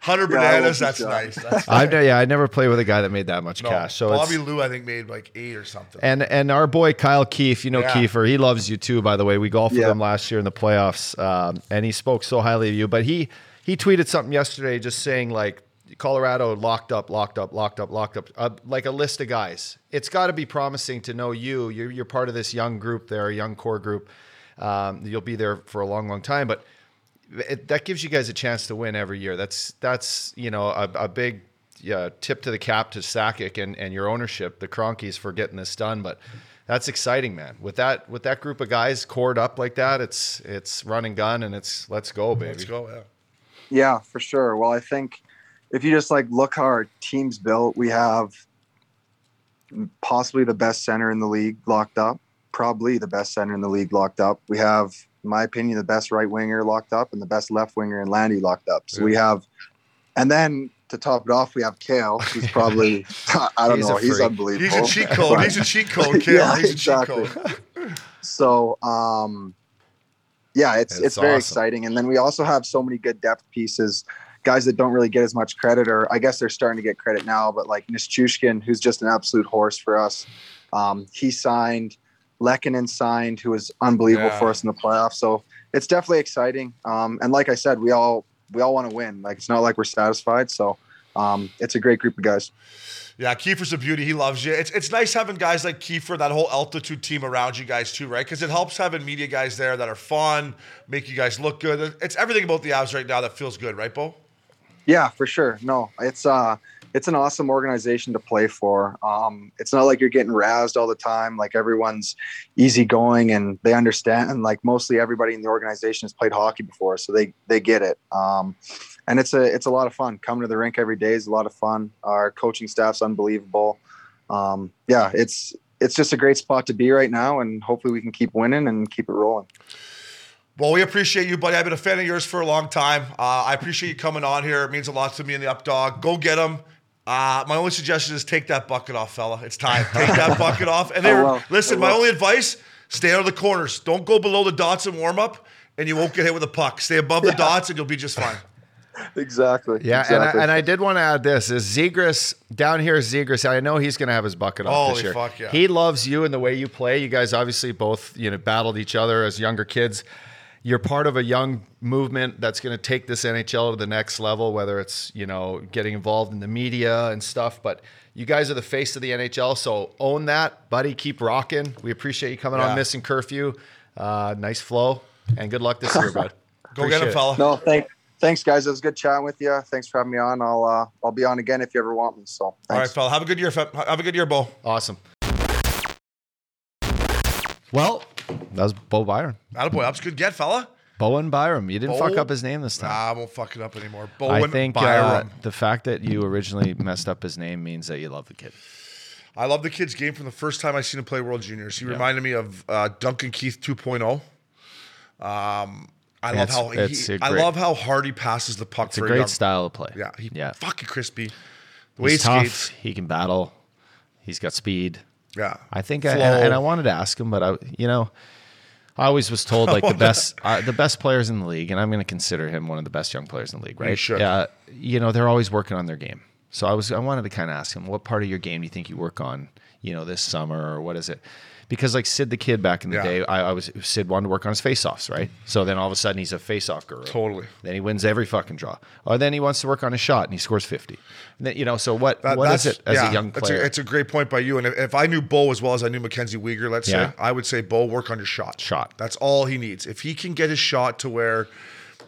Hundred Yeah, I won't bananas. be That's shy. nice. That's I've ne- yeah, I never played with a guy that made that much no, cash. So Bobby it's, Lou, I think, made like eight or something. and and our boy Kyle Keefe, you know Yeah. Kiefer, he loves you too. By the way, we golfed Yeah. with him last year in the playoffs, um, and he spoke so highly of you. But he he tweeted something yesterday, just saying like Colorado locked up, locked up, locked up, locked up, uh, like a list of guys. It's got to be promising to know you. You're you're part of this young group there, a young core group. Um, you'll be there for a long, long time, but it, that gives you guys a chance to win every year. That's that's you know a, a big yeah, tip to the cap to Sakic and, and your ownership, the Cronkies for getting this done. But that's exciting, man. With that with that group of guys cored up like that, it's it's run and gun and it's let's go, baby. Let's go. Yeah. Yeah, for sure. Well, I think if you just like look how our team's built, we have possibly the best center in the league locked up, probably the best center in the league locked up. We have, in my opinion, the best right winger locked up and the best left winger in Landy locked up. So we have, and then to top it off, we have Kale, who's probably, I don't He's a know, he's freak. unbelievable. He's a cheat code. But- He's a cheat code, kid. Yeah, He's a exactly. cheat code. so um yeah it's That's it's very awesome. exciting and then we also have so many good depth pieces guys that don't really get as much credit or i guess they're starting to get credit now but like nischushkin who's just an absolute horse for us um he signed Lekanen signed who was unbelievable Yeah. for us in the playoffs so it's definitely exciting um and like i said we all we all want to win like it's not like we're satisfied so um it's a great group of guys Yeah, Kiefer's a beauty. He loves you. It's it's nice having guys like Kiefer, that whole altitude team around you guys too, right? Because it helps having media guys there that are fun, make you guys look good. It's everything about the Avs right now that feels good, right, Bo? Yeah, for sure. No, it's uh it's an awesome organization to play for. Um it's not like you're getting razzed all the time. Like everyone's easygoing and they understand and like mostly everybody in the organization has played hockey before, so they they get it. Um and it's a it's a lot of fun. Coming to the rink every day is a lot of fun. Our coaching staff's unbelievable. Um yeah, it's it's just a great spot to be right now and hopefully we can keep winning and keep it rolling. Well, we appreciate you, buddy. I've been a fan of yours for a long time. Uh, I appreciate you coming on here. It means a lot to me and the updog. Go get him. Uh, my only suggestion is take that bucket off, fella. It's time. Take that bucket off. And I there, will. listen, I my will. only advice stay out of the corners. Don't go below the dots in warm up, and you won't get hit with a puck. Stay above the dots, and you'll be just fine. exactly. Yeah, and, exactly. I, and I did want to add this: is Zegras down here? Zegras, I know he's going to have his bucket off Holy this year. fuck, yeah. He loves you and the way you play. You guys obviously both you know battled each other as younger kids. You're part of a young movement that's going to take this NHL to the next level, whether it's you know getting involved in the media and stuff. But you guys are the face of the NHL, so own that, buddy. Keep rocking. We appreciate you coming Yeah. on missing curfew. Uh, nice flow, and good luck this year, bud. Go get Appreciate him, it. fella. no, thank, thanks, guys. It was good chatting with you. Thanks for having me on. I'll uh, I'll be on again if you ever want me. So All thanks. right, fella. Have a good year. fe- Have a good year, Bo. Awesome. Well, that was Bo Byron. Attaboy. That was a good get, fella. Bowen Byram. You didn't fuck Bo- up his name this time. Nah, I won't fuck it up anymore. I Bowen think uh, Byram. the fact that you originally messed up his name means that you love the kid. I love the kid's game from the first time I seen him play World Juniors. He reminded me of uh, Duncan Keith 2.0. Um, I love It's- how it's he, a I great- love how hard he passes the puck. It's a for great young- style of play. Yeah, he yeah. fucking crispy. The way He's he tough. skates. He can battle. He's got speed. Yeah, I think, I, and, Flow. and I wanted to ask him, but I, you know, I always was told like the best, uh, the best players in the league, and I'm going to consider him one of the best young players in the league, right? should. Uh, you know, they're always working on their game. So I was, I wanted to kind of ask him, what part of your game do you think you work on? You know, this summer or what is it? Because like Sid the kid back in the Yeah. day, I, I was Sid wanted to work on his face-offs, right? So then all of a sudden he's a face-off guru. Totally. Then he wins every fucking draw. Or then he wants to work on his shot and he scores fifty. And then, you know, so what? That- what is Uh, that's- it as yeah, a young that's player? it's a great point by you. And if, if I knew Bo as well as I knew Mackenzie Weegar, let's Yeah. say, I would say Bo work on your shot. Shot. That's all he needs. If he can get his shot to where,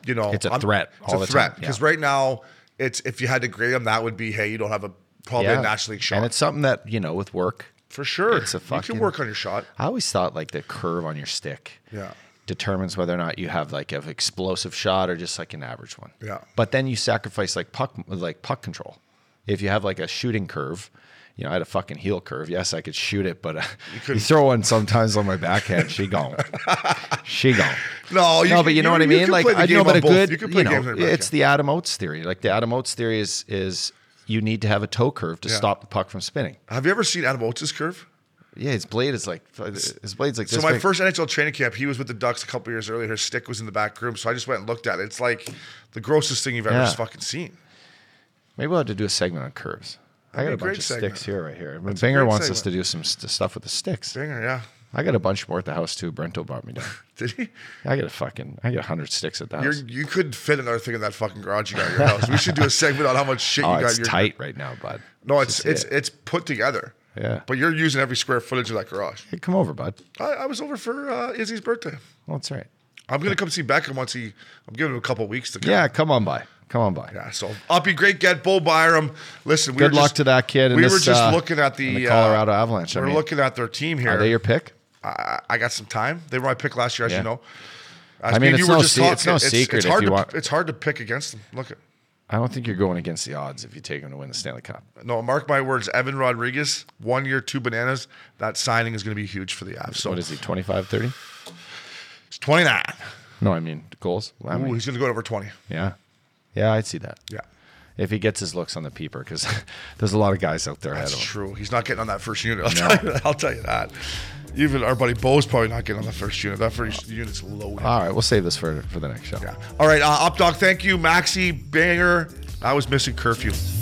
you know, It's a threat It's all a the threat time, yeah. because right now, it's if you had to grade him, that would be hey, you don't have a probably a National League shot. And it's something that, you know, with work, For sure. It's a You fucking- can work on your shot. I always thought like the curve on your stick Yeah. determines whether or not you have like an explosive shot or just like an average one. Yeah. But then you sacrifice like puck like puck control. If you have like a shooting curve, you know, I had a fucking heel curve. Yes, I could shoot it, but uh, you, throw one sometimes on my backhand, she gone. she gone. No, Oh, you no, can- but you know what I you mean. can Like play the I game know, but on a both. good, You you, can play know, games on both, it's the Adam Oates theory. Like the Adam Oates theory is is you need to have a toe curve to stop the puck from spinning. Have you ever seen Adam Oates' curve? Yeah, his blade is like his blade's like So this. my big. first NHL training camp, he was with the Ducks a couple years earlier. His stick was in the back room, so I just went and looked at it. It's like the grossest thing you've ever Yeah. fucking seen. Maybe we'll have to do a segment on curves. I That'd got be a a great bunch of segment. sticks here, right here. My a Binger great wants us to segment. do some st- stuff with the sticks. Dinger, yeah. I got a bunch more at the house too. Brento brought me down. Did he? I got a fucking, I got a hundred sticks at the You're, house. you couldn't fit another thing in that fucking garage you got in your house. We should do a segment on how much shit oh, you got. it's in your, tight right now, bud. No, it's it's it. it's put together. Yeah. But you're using every square footage of that garage. Hey, come over, bud. I, I was over for uh, Izzy's birthday. Well, that's right. I'm gonna come see Beckham once he. I'm giving him a couple weeks to come. Yeah, come on by. Come on by. Yeah, so up be great get Bo Byram. Listen, we Good were luck just- to that kid. in We this, were just uh, looking at the, uh, in Colorado Avalanche. I We're mean, looking at their team here. Are they your pick? I, I got some time. They were my pick last year, as Yeah. you know. As I me mean, and it's you were no just se- talking, it's no secret It's if hard you to want- it's hard to pick against them. Look, at, I don't think you're going against the odds if you take him to win the Stanley Cup. no, mark my words. Evan Rodriguez, one year, two bananas. That signing is going to be huge for the Avs. So What is he? 25, 30? he's 29. No, I mean goals. I Ooh, mean, he's going to go over 20. yeah, yeah, I'd see that. Yeah, if he gets his looks on the peeper, because there's a lot of guys out there ahead that's of him. true. He's not getting on that first unit. I'll, tell, you, I'll tell you that. Even our buddy Bo's probably not getting on the first unit. That first unit's loaded. All right, we'll save this for for the next show. Yeah. All right, uh, Updog, thank you, Maxi Banger. I was missing curfew.